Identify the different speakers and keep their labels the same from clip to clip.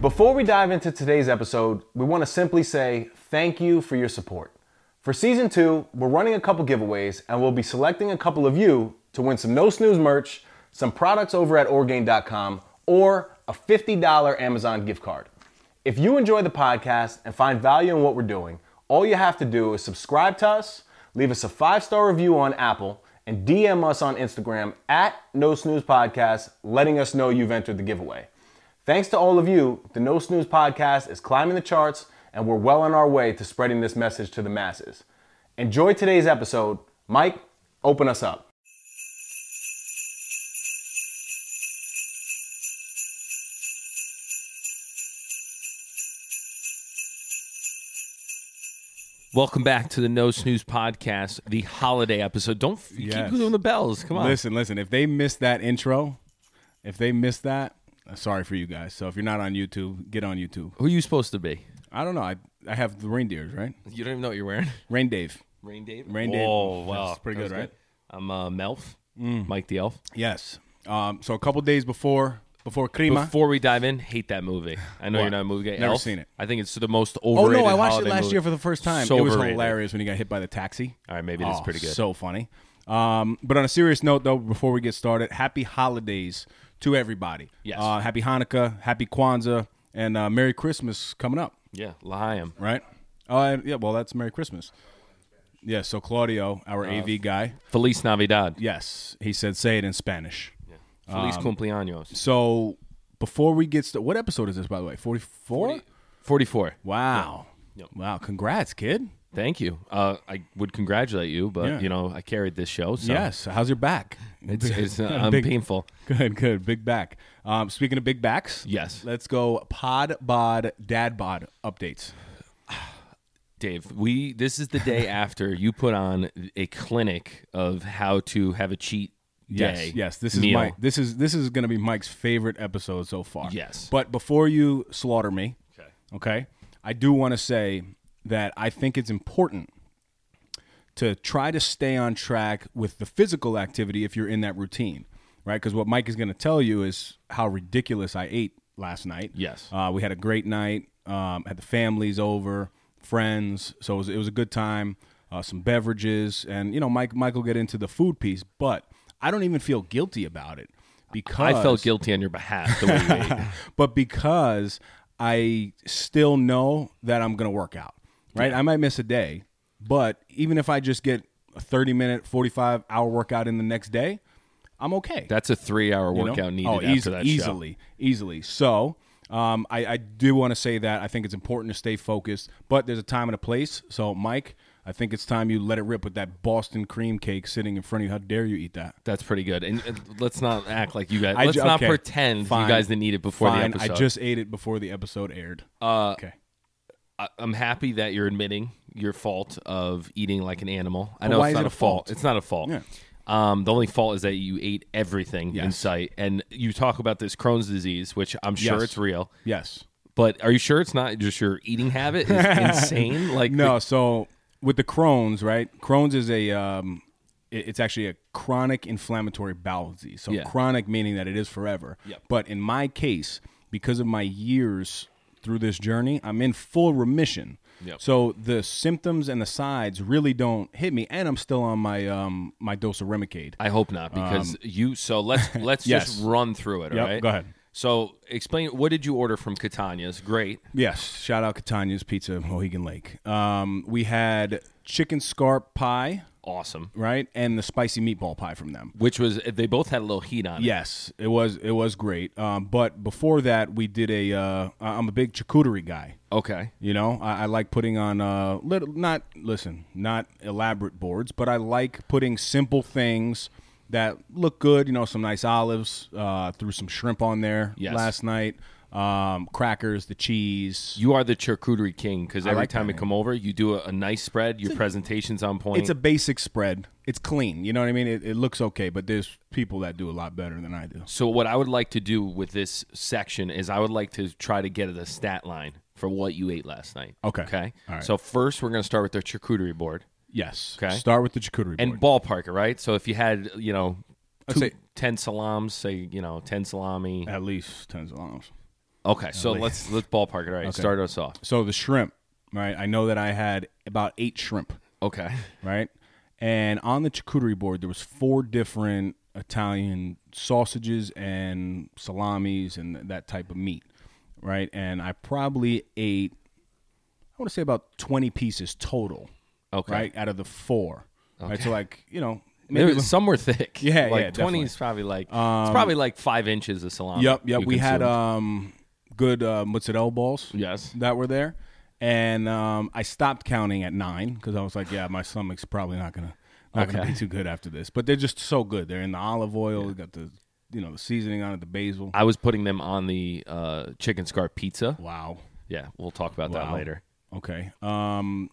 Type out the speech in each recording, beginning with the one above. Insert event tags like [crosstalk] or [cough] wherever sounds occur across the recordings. Speaker 1: Before we dive into today's episode, we want to simply say thank you for your support. For season two, we're running a couple giveaways and we'll be selecting a couple of you to win some No Snooze merch, some products over at Orgain.com, or a $50 Amazon gift card. If you enjoy the podcast and find value in what we're doing, all you have to do is subscribe to us, leave us a five star review on Apple, and DM us on Instagram at No Snooze Podcast, letting us know you've entered the giveaway. Thanks to all of you, the No Snooze podcast is climbing the charts, and we're well on our way to spreading this message to the masses. Enjoy today's episode. Mike, open us up.
Speaker 2: Welcome back to the No Snooze podcast, the holiday episode. Don't f-
Speaker 3: Yes.
Speaker 2: keep doing the bells. Come on.
Speaker 3: Listen, listen. If they missed that intro, if they missed that, uh, sorry for you guys. So if you're not on YouTube, get on YouTube.
Speaker 2: Who are you supposed to be?
Speaker 3: I don't know. I, I have the reindeers, right?
Speaker 2: You don't even know what you're
Speaker 3: [laughs]
Speaker 2: wearing.
Speaker 3: Rain Dave.
Speaker 2: Rain Dave.
Speaker 3: Rain Dave.
Speaker 2: Oh, wow.
Speaker 3: That's pretty
Speaker 2: That was
Speaker 3: good, right? Mm.
Speaker 2: I'm uh, Melf, Mike the Elf.
Speaker 3: Yes. Um, so a couple days before before Krima.
Speaker 2: Before we dive in, hate that movie. I know
Speaker 3: What?
Speaker 2: you're not a movie guy.
Speaker 3: Never
Speaker 2: Elf,
Speaker 3: seen it.
Speaker 2: I think it's the most
Speaker 3: oh
Speaker 2: overrated.
Speaker 3: no, I watched it
Speaker 2: holiday
Speaker 3: last
Speaker 2: movie.
Speaker 3: year for the first time.
Speaker 2: So
Speaker 3: it was
Speaker 2: overrated.
Speaker 3: hilarious when he got hit by the taxi.
Speaker 2: All right, maybe it is
Speaker 3: Oh,
Speaker 2: pretty good.
Speaker 3: So funny. Um, but on a serious note, though, before we get started, happy holidays to everybody.
Speaker 2: Yes.
Speaker 3: Uh, happy Hanukkah, happy Kwanzaa, and uh, Merry Christmas coming up.
Speaker 2: Yeah, Lahayim.
Speaker 3: right? Oh, and- yeah. Well, that's Merry Christmas. Yeah. So Claudio, our
Speaker 2: Uh,
Speaker 3: AV guy,
Speaker 2: Feliz Navidad.
Speaker 3: yes, he said, "Say it in Spanish." um,
Speaker 2: Feliz cumpleaños.
Speaker 3: So before we get started, what episode is this, by the way? Forty-four.
Speaker 2: 44.
Speaker 3: Wow.
Speaker 2: Yep.
Speaker 3: Wow. Congrats, kid.
Speaker 2: Thank you. Uh, I would congratulate you, but,
Speaker 3: Yeah.
Speaker 2: you know, I carried this show. So
Speaker 3: Yes. How's your back?
Speaker 2: It's,
Speaker 3: [laughs]
Speaker 2: it's uh, I'm
Speaker 3: Big-
Speaker 2: painful.
Speaker 3: Good. Good. Big back. Um, speaking of big backs,
Speaker 2: Yes.
Speaker 3: Let's go. Pod bod dad bod updates.
Speaker 2: Dave, we this is the
Speaker 3: [laughs]
Speaker 2: day after you put on a clinic of how to have a cheat
Speaker 3: Yes,
Speaker 2: day.
Speaker 3: yes. This is
Speaker 2: meal.
Speaker 3: Mike. This is this is going to be Mike's favorite episode so far.
Speaker 2: Yes.
Speaker 3: But before you slaughter me, okay, okay, I do want to say that I think it's important to try to stay on track with the physical activity if you're in that routine, right? Because what Mike is going to tell you is how ridiculous I ate last night.
Speaker 2: Yes.
Speaker 3: Uh, we had a great night. Um, had the families over, friends. So it was, it was a good time. Uh, some beverages, and you know, Mike Mike will get into the food piece, but I don't even feel guilty about it because
Speaker 2: I felt guilty on your behalf. The way you
Speaker 3: [laughs]
Speaker 2: ate.
Speaker 3: but because I still know that I'm going to work out, right? I might miss a day, but even if I just get a 30 minute, 45 hour workout in the next day, I'm okay.
Speaker 2: That's a three-hour
Speaker 3: you know?
Speaker 2: workout needed
Speaker 3: oh,
Speaker 2: after
Speaker 3: eas-
Speaker 2: that show.
Speaker 3: easily, easily. So um, I, I do want to say that I think it's important to stay focused, but there's a time and a place. So Mike, I think it's time you let it rip with that Boston cream cake sitting in front of you. How dare you eat that?
Speaker 2: That's pretty good. And, and let's not act like you guys.
Speaker 3: I
Speaker 2: let's
Speaker 3: ju-
Speaker 2: not
Speaker 3: okay.
Speaker 2: pretend you
Speaker 3: Fine.
Speaker 2: guys didn't eat it before
Speaker 3: Fine.
Speaker 2: the episode.
Speaker 3: I just ate it before the episode aired. Uh, okay.
Speaker 2: I, am happy that you're admitting your fault of eating like an animal. I
Speaker 3: But
Speaker 2: know
Speaker 3: why
Speaker 2: it's
Speaker 3: is
Speaker 2: not
Speaker 3: it
Speaker 2: a
Speaker 3: a
Speaker 2: fault.
Speaker 3: fault?
Speaker 2: It's not a fault.
Speaker 3: Yeah.
Speaker 2: Um, the only fault is that you ate everything in
Speaker 3: Yes.
Speaker 2: sight, and you talk about this Crohn's disease, which I'm sure
Speaker 3: Yes.
Speaker 2: it's real.
Speaker 3: Yes.
Speaker 2: But are you sure it's not just your eating habit is
Speaker 3: [laughs]
Speaker 2: insane? [laughs] Like
Speaker 3: No, so with the Crohn's, right? Crohn's is a um, it- it's actually a chronic inflammatory bowel disease. So
Speaker 2: Yeah.
Speaker 3: chronic meaning that it is forever.
Speaker 2: Yep.
Speaker 3: But in my case, because of my years through this journey, I'm in full remission.
Speaker 2: Yep.
Speaker 3: So the symptoms and the sides really don't hit me, and I'm still on my um my dose of Remicade.
Speaker 2: I hope not because you. So
Speaker 3: [laughs]
Speaker 2: let's let's
Speaker 3: Um, Yes.
Speaker 2: just run through it. All right.
Speaker 3: Yep, go ahead.
Speaker 2: So explain what did you order from Catania's? Great.
Speaker 3: Yes, shout out Catania's Pizza, Mohegan Lake. Um, we had chicken scarp pie,
Speaker 2: Awesome.
Speaker 3: right, and the spicy meatball pie from them.
Speaker 2: Which was they both had a little heat on it.
Speaker 3: Yes, it was it was great. Um, but before that, we did a. Uh, I- I'm a big charcuterie guy.
Speaker 2: Okay.
Speaker 3: You know, I, I like putting on uh, little, not listen, not elaborate boards, but I like putting simple things that look good. You know, some nice olives, uh, threw some shrimp on there
Speaker 2: Yes.
Speaker 3: last night. um, crackers, the cheese.
Speaker 2: You are the charcuterie king because every
Speaker 3: like
Speaker 2: time
Speaker 3: that
Speaker 2: you come over, you do a, a nice spread. Your presentation's on point.
Speaker 3: It's a basic spread. It's clean. You know what I mean? It, it looks okay, but there's people that do a lot better than I do.
Speaker 2: so what I would like to do with this section is I would like to try to get at a stat line for what you ate last night.
Speaker 3: Okay.
Speaker 2: Okay.
Speaker 3: All right.
Speaker 2: So first, we're going to start with the charcuterie board
Speaker 3: Yes.
Speaker 2: Okay.
Speaker 3: Start with the charcuterie
Speaker 2: and
Speaker 3: board.
Speaker 2: ballpark it, right? So if you had, you know,
Speaker 3: I'd
Speaker 2: two,
Speaker 3: say-
Speaker 2: ten salams, say you know, ten salami.
Speaker 3: At least ten salamis.
Speaker 2: Okay. So let's let's ballpark it. All right. Start us off.
Speaker 3: So the shrimp, right? I know that I had about eight shrimp,
Speaker 2: Okay.
Speaker 3: right? And on the charcuterie board, there was four different Italian sausages and salamis and that type of meat, right? And I probably ate, I want to say about twenty pieces total,
Speaker 2: Okay.
Speaker 3: right? Out of the four, right? So like you know,
Speaker 2: Maybe
Speaker 3: [laughs] maybe
Speaker 2: some were thick.
Speaker 3: Yeah, yeah,
Speaker 2: like twenty is probably like it's probably like five inches of salami.
Speaker 3: Yep, yep.
Speaker 2: you
Speaker 3: We had
Speaker 2: consumed.
Speaker 3: um good uh, mozzarella balls.
Speaker 2: Yes.
Speaker 3: that were there, and um, I stopped counting at nine because I was like, yeah, my stomach's probably not gonna not gonna
Speaker 2: Okay.
Speaker 3: be too good after this. But they're just so good. They're in the olive oil. Got the you know the seasoning on it, the basil.
Speaker 2: I was putting them on the uh, chicken scarp pizza.
Speaker 3: Wow.
Speaker 2: Yeah, we'll talk about that
Speaker 3: Wow.
Speaker 2: later.
Speaker 3: Okay. Um,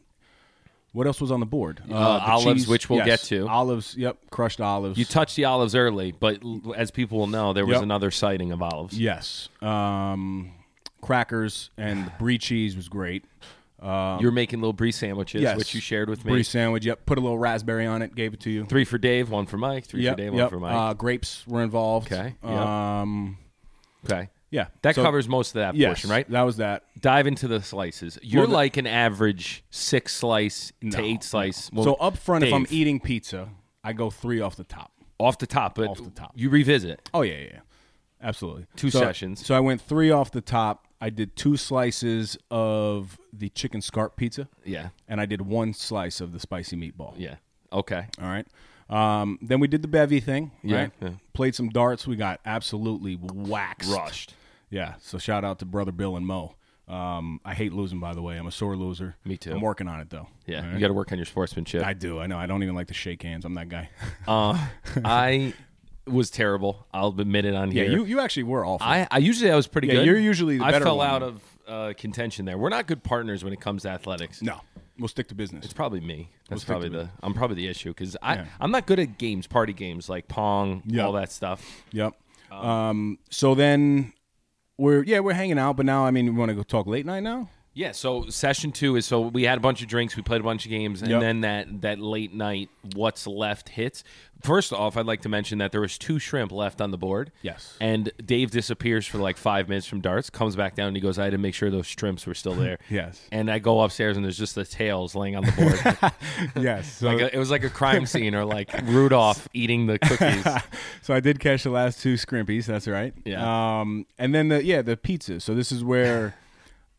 Speaker 3: what else was on the board? Uh, the
Speaker 2: olives, which we'll get to.
Speaker 3: Olives. Yep. Crushed olives.
Speaker 2: You touched the olives early, but l- as people will know, there was
Speaker 3: Yep.
Speaker 2: another sighting of olives.
Speaker 3: yes. Um, crackers and the brie cheese was great.
Speaker 2: you were making little brie sandwiches,
Speaker 3: Yes.
Speaker 2: which you shared with me.
Speaker 3: Brie sandwich. Yep. Put a little raspberry on it. Gave it to you.
Speaker 2: Three for Dave, one for Mike. Three
Speaker 3: yep,
Speaker 2: for Dave,
Speaker 3: yep.
Speaker 2: one for Mike.
Speaker 3: Uh, grapes were involved.
Speaker 2: Okay, yep.
Speaker 3: Um,
Speaker 2: okay,
Speaker 3: yeah.
Speaker 2: that
Speaker 3: So-
Speaker 2: covers most of that
Speaker 3: yes,
Speaker 2: portion, right?
Speaker 3: That was that.
Speaker 2: Dive into the slices. You're
Speaker 3: Well, the-
Speaker 2: like an average six slice to
Speaker 3: No,
Speaker 2: eight slice. Well,
Speaker 3: so up front, if I'm
Speaker 2: Dave,
Speaker 3: eating pizza, I go three off the top.
Speaker 2: off the top, but
Speaker 3: Off the top.
Speaker 2: you revisit.
Speaker 3: Oh yeah, yeah, yeah. absolutely.
Speaker 2: Two
Speaker 3: So-
Speaker 2: sessions.
Speaker 3: So I went three off the top. I did two slices of the chicken scarp pizza,
Speaker 2: Yeah,
Speaker 3: and I did one slice of the spicy meatball.
Speaker 2: yeah. Okay.
Speaker 3: All right. Um, then we did the bevy thing.
Speaker 2: Yeah,
Speaker 3: Right.
Speaker 2: yeah.
Speaker 3: Played some darts. We got absolutely waxed.
Speaker 2: Rushed.
Speaker 3: Yeah. So shout out to brother Bill and Mo. Um, I hate losing, by the way. I'm a sore loser.
Speaker 2: Me too.
Speaker 3: I'm working on it though.
Speaker 2: Yeah,
Speaker 3: All
Speaker 2: you
Speaker 3: right?
Speaker 2: got to work on your sportsmanship.
Speaker 3: I do. I know. I don't even like to shake hands. I'm
Speaker 2: [laughs]
Speaker 3: that guy. [laughs]
Speaker 2: Uh, I was terrible. I'll admit it on
Speaker 3: yeah.
Speaker 2: here.
Speaker 3: You you actually were awful.
Speaker 2: I, I usually I was pretty
Speaker 3: Yeah,
Speaker 2: good.
Speaker 3: you're usually the
Speaker 2: I
Speaker 3: better
Speaker 2: fell
Speaker 3: one.
Speaker 2: out of uh, contention there. We're not good partners when it comes to athletics.
Speaker 3: no. We'll stick to business.
Speaker 2: It's probably me. That's
Speaker 3: stick
Speaker 2: probably
Speaker 3: to
Speaker 2: the I'm probably the issue because I
Speaker 3: Yeah.
Speaker 2: I'm not good at games, party games like pong,
Speaker 3: Yeah.
Speaker 2: all that stuff.
Speaker 3: Yep. Um. So then we're yeah we're hanging out, but now I mean we want to go talk late
Speaker 2: [laughs]
Speaker 3: night now.
Speaker 2: Yeah. So session two is so we had a bunch of drinks, we played a bunch of games, and
Speaker 3: Yep.
Speaker 2: then that that late night what's left hits. First off, I'd like to mention that there was two shrimp left on the board.
Speaker 3: Yes.
Speaker 2: And Dave disappears for like five minutes from darts, comes back down, and he goes, "I had to make sure those shrimps were still there."
Speaker 3: [laughs] Yes.
Speaker 2: And I go upstairs, and there's just the tails laying on the
Speaker 3: [laughs]
Speaker 2: board.
Speaker 3: Yes. So,
Speaker 2: like a, it was like a crime scene, or like Rudolph eating the
Speaker 3: [laughs]
Speaker 2: cookies.
Speaker 3: so I did catch the last two scrimpies. That's right.
Speaker 2: Yeah.
Speaker 3: Um. And then the yeah the pizza. So this
Speaker 2: [laughs]
Speaker 3: is where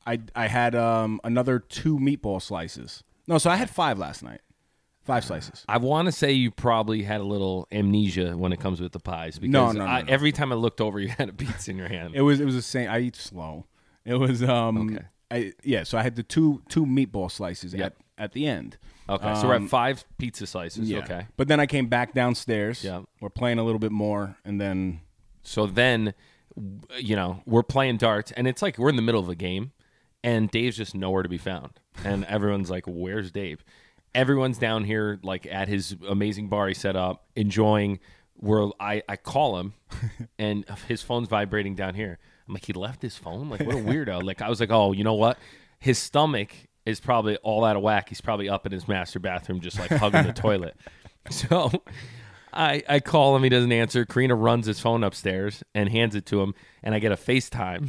Speaker 3: I I had um another two meatball slices. No, so I had five last night.
Speaker 2: Ah.
Speaker 3: Five slices.
Speaker 2: I want to say you probably had a little amnesia when it comes with the pies because
Speaker 3: No, no, no,
Speaker 2: I,
Speaker 3: no.
Speaker 2: every time I looked over, you had a pizza in your hand.
Speaker 3: It was it was the same. I eat slow. It was um.
Speaker 2: Okay.
Speaker 3: I yeah. So I had the two two meatball slices
Speaker 2: Yep.
Speaker 3: at at the end. Um,
Speaker 2: okay, so we're at five pizza slices. Okay,
Speaker 3: But then I came back downstairs.
Speaker 2: Yeah.
Speaker 3: We're playing a little bit more, and then
Speaker 2: so then you know we're playing darts, and it's like we're in the middle of a game, and Dave's just nowhere to be found, and everyone's like, "Where's Dave?" Everyone's down here like at his amazing bar he set up, enjoying. Where I I call him, and his phone's vibrating down here. I'm like, he left his phone. Like, what a weirdo. like, I was like, oh, you know what? His stomach is probably all out of whack. He's probably up in his master bathroom, just like hugging the toilet. So I, I call him. He doesn't answer. Karina runs his phone upstairs and hands it to him. And I get a FaceTime.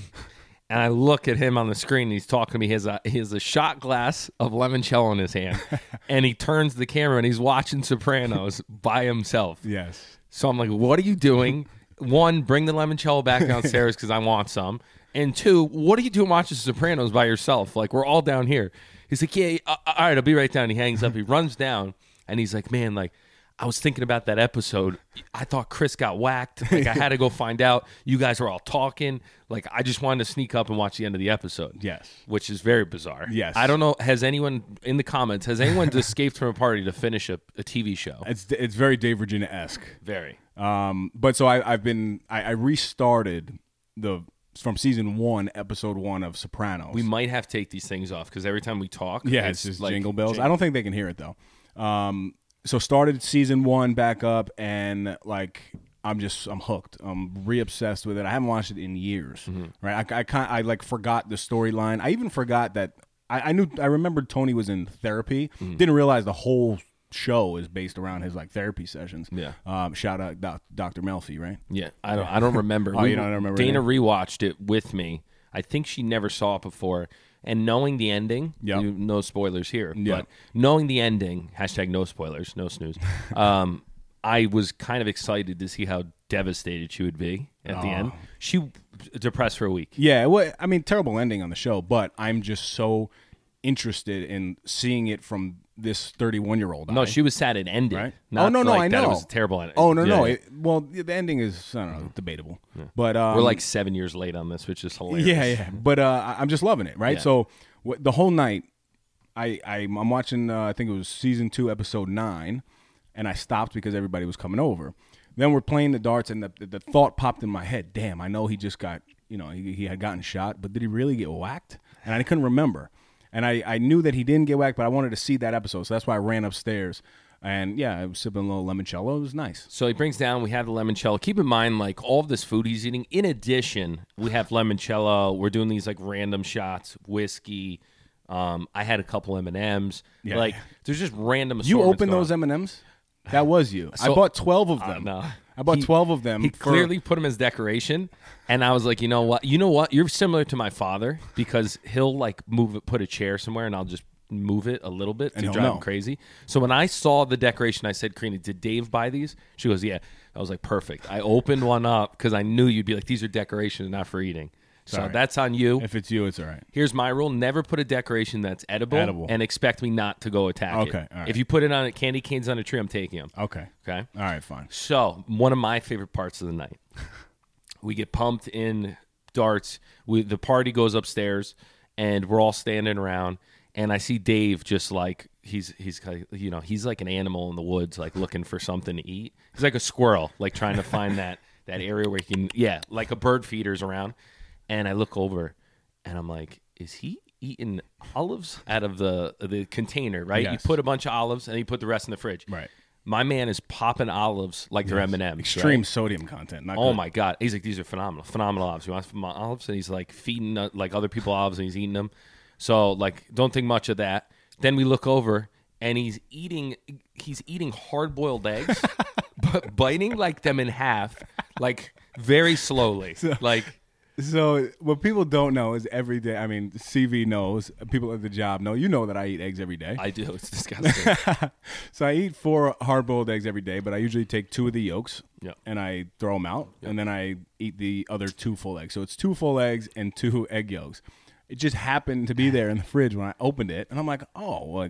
Speaker 2: And I look at him on the screen. And he's talking to me. He has, a, he has a shot glass of limoncello in his hand. and he turns the camera and he's watching Sopranos by himself.
Speaker 3: yes,
Speaker 2: So I'm like, what are you doing? One, bring the limoncello back downstairs because I want some. And two, what are you doing watching Sopranos by yourself? Like, we're all down here. He's like, yeah, uh, all right, I'll be right down. He hangs up, he
Speaker 3: [laughs]
Speaker 2: runs down, and he's like, man, like, I was thinking about that episode. I thought Chris got whacked. Like, I had
Speaker 3: [laughs]
Speaker 2: to go find out. You guys were all talking. Like, I just wanted to sneak up and watch the end of the episode.
Speaker 3: Yes.
Speaker 2: Which is very bizarre.
Speaker 3: Yes.
Speaker 2: I don't know. Has anyone in the comments, has anyone [laughs] escaped from a party to finish a, a TV show?
Speaker 3: it's it's very Dave Virginia esque.
Speaker 2: Very.
Speaker 3: Um, but so I, I've been I, I restarted the from season one, episode one of Sopranos.
Speaker 2: We might have to take these things off because every time we talk,
Speaker 3: yeah, it's, just jingle bells. I don't think they can hear it though. Um, so started season one back up, and like I'm just I'm hooked. I'm re obsessed with it. I haven't watched it in years.
Speaker 2: Mm-hmm.
Speaker 3: Right? I I, kind I like forgot the storyline. I even forgot that I, I knew I remembered Tony was in therapy.
Speaker 2: Mm-hmm.
Speaker 3: Didn't realize the whole show is based around his like therapy sessions.
Speaker 2: Yeah.
Speaker 3: Um, shout out Doc, Dr. Melfi, right?
Speaker 2: Yeah, I don't. I don't
Speaker 3: [laughs]
Speaker 2: remember.
Speaker 3: Oh, you don't remember
Speaker 2: Dana rewatched it with me. I think she never saw it before. And knowing the ending,
Speaker 3: Yep.
Speaker 2: you- no spoilers here.
Speaker 3: Yep.
Speaker 2: But knowing the ending, hashtag no spoilers, no
Speaker 3: [laughs]
Speaker 2: snooze. Um, I was kind of excited to see how devastated she would be at the end. She w- depressed for a week.
Speaker 3: Oh. Yeah, well, I mean, terrible ending on the show, but I'm just so interested in seeing it from this 31 year old.
Speaker 2: No, she was sad it ended.
Speaker 3: right?
Speaker 2: Not
Speaker 3: oh no, no,
Speaker 2: like
Speaker 3: I know
Speaker 2: that It was a terrible ending.
Speaker 3: Oh no,
Speaker 2: Yeah,
Speaker 3: no.
Speaker 2: yeah. Mm-hmm.
Speaker 3: It, well, the ending is I don't know, debatable, but um,
Speaker 2: We're like seven years late on this, which is hilarious.
Speaker 3: [laughs] yeah, yeah. But uh, I- I'm just loving it, right?
Speaker 2: Yeah.
Speaker 3: So wh- the whole night, I, I I'm watching. Uh, I think it was season two, episode nine, and I stopped because everybody was coming over. Then we're playing the darts, and the, the, the thought popped in my head: Damn, I know he just got, you know, he, he had gotten shot, but did he really get whacked? And I couldn't remember. And I, I knew that he didn't get whacked, but I wanted to see that episode, so that's why I ran upstairs. And yeah, I was sipping a little limoncello. It was nice.
Speaker 2: So he brings down. We have the limoncello. Keep in mind, like all of this food he's eating. In addition, we have limoncello. We're doing these like random shots, whiskey. Um, I had a couple M and M's.
Speaker 3: Yeah.
Speaker 2: Like there's just random.
Speaker 3: You
Speaker 2: assortments
Speaker 3: opened
Speaker 2: going
Speaker 3: those
Speaker 2: on.
Speaker 3: M and M's. That was you. I
Speaker 2: So-
Speaker 3: bought twelve of
Speaker 2: Uh,
Speaker 3: them.
Speaker 2: no.
Speaker 3: I bought
Speaker 2: He-
Speaker 3: twelve of them.
Speaker 2: He
Speaker 3: for-
Speaker 2: clearly put them as decoration, and I was like, you know what? You know what? You're similar to my father because he'll like move it, put a chair somewhere, and I'll just move it a little bit to
Speaker 3: he'll
Speaker 2: drive
Speaker 3: know.
Speaker 2: him crazy. So when I saw the decoration, I said, "Karina, did Dave buy these?" She goes, "Yeah." I was like, "Perfect." I opened one up because I knew you'd be like, "These are decoration, not for eating." So
Speaker 3: Sorry.
Speaker 2: that's on you.
Speaker 3: If it's you, it's all right.
Speaker 2: Here's my rule: never put a decoration that's edible,
Speaker 3: Edible.
Speaker 2: and expect me not to go attack it.
Speaker 3: Okay, all right.
Speaker 2: If you put it on a candy canes on a tree, I'm taking them.
Speaker 3: Okay.
Speaker 2: Okay.
Speaker 3: All right, fine.
Speaker 2: So, one of my favorite parts of the night. We get pumped in darts. We, the party goes upstairs, and we're all standing around. And I see Dave just like he's he's kind of- you know he's like an animal in the woods, like looking for something to eat. He's like a squirrel, like trying to find that that area where he can yeah, like a bird feeder's around. And I look over, and I'm like, is he eating olives out of the the container? Right?
Speaker 3: Yes.
Speaker 2: You put a bunch of olives, and he put the rest in the fridge.
Speaker 3: Right.
Speaker 2: My man is popping olives like they're M and M's.
Speaker 3: Extreme sodium content. Not
Speaker 2: Oh
Speaker 3: good.
Speaker 2: my god! He's like, these are phenomenal, phenomenal olives. You want some olives? And he's like feeding uh, like other people olives, and he's eating them. So like, don't think much of that. Then we look over, and he's eating. He's eating hard boiled
Speaker 3: [laughs]
Speaker 2: eggs, but biting like them in half, like very
Speaker 3: [laughs]
Speaker 2: slowly. like
Speaker 3: So what people don't know is every day. I mean, CV knows. People at the job know. You know that I eat eggs every day.
Speaker 2: I do, it's disgusting.
Speaker 3: so I eat four hard-boiled eggs every day, but I usually take two of the yolks
Speaker 2: Yep.
Speaker 3: and I throw them out, and then I eat the other two full eggs. So it's two full eggs and two [laughs] egg yolks. It just happened to be there in the fridge when I opened it, and I'm like, oh, well,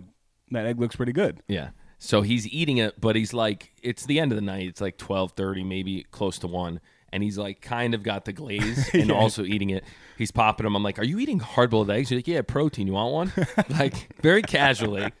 Speaker 3: that egg looks pretty good.
Speaker 2: yeah. So he's eating it, but he's like, it's the end of the night. It's like twelve thirty, maybe close to one. And he's like, kind of got the glaze and also eating it. He's popping them. I'm like, are you eating hard boiled eggs? He's like, yeah, protein. You want one? like, very casually.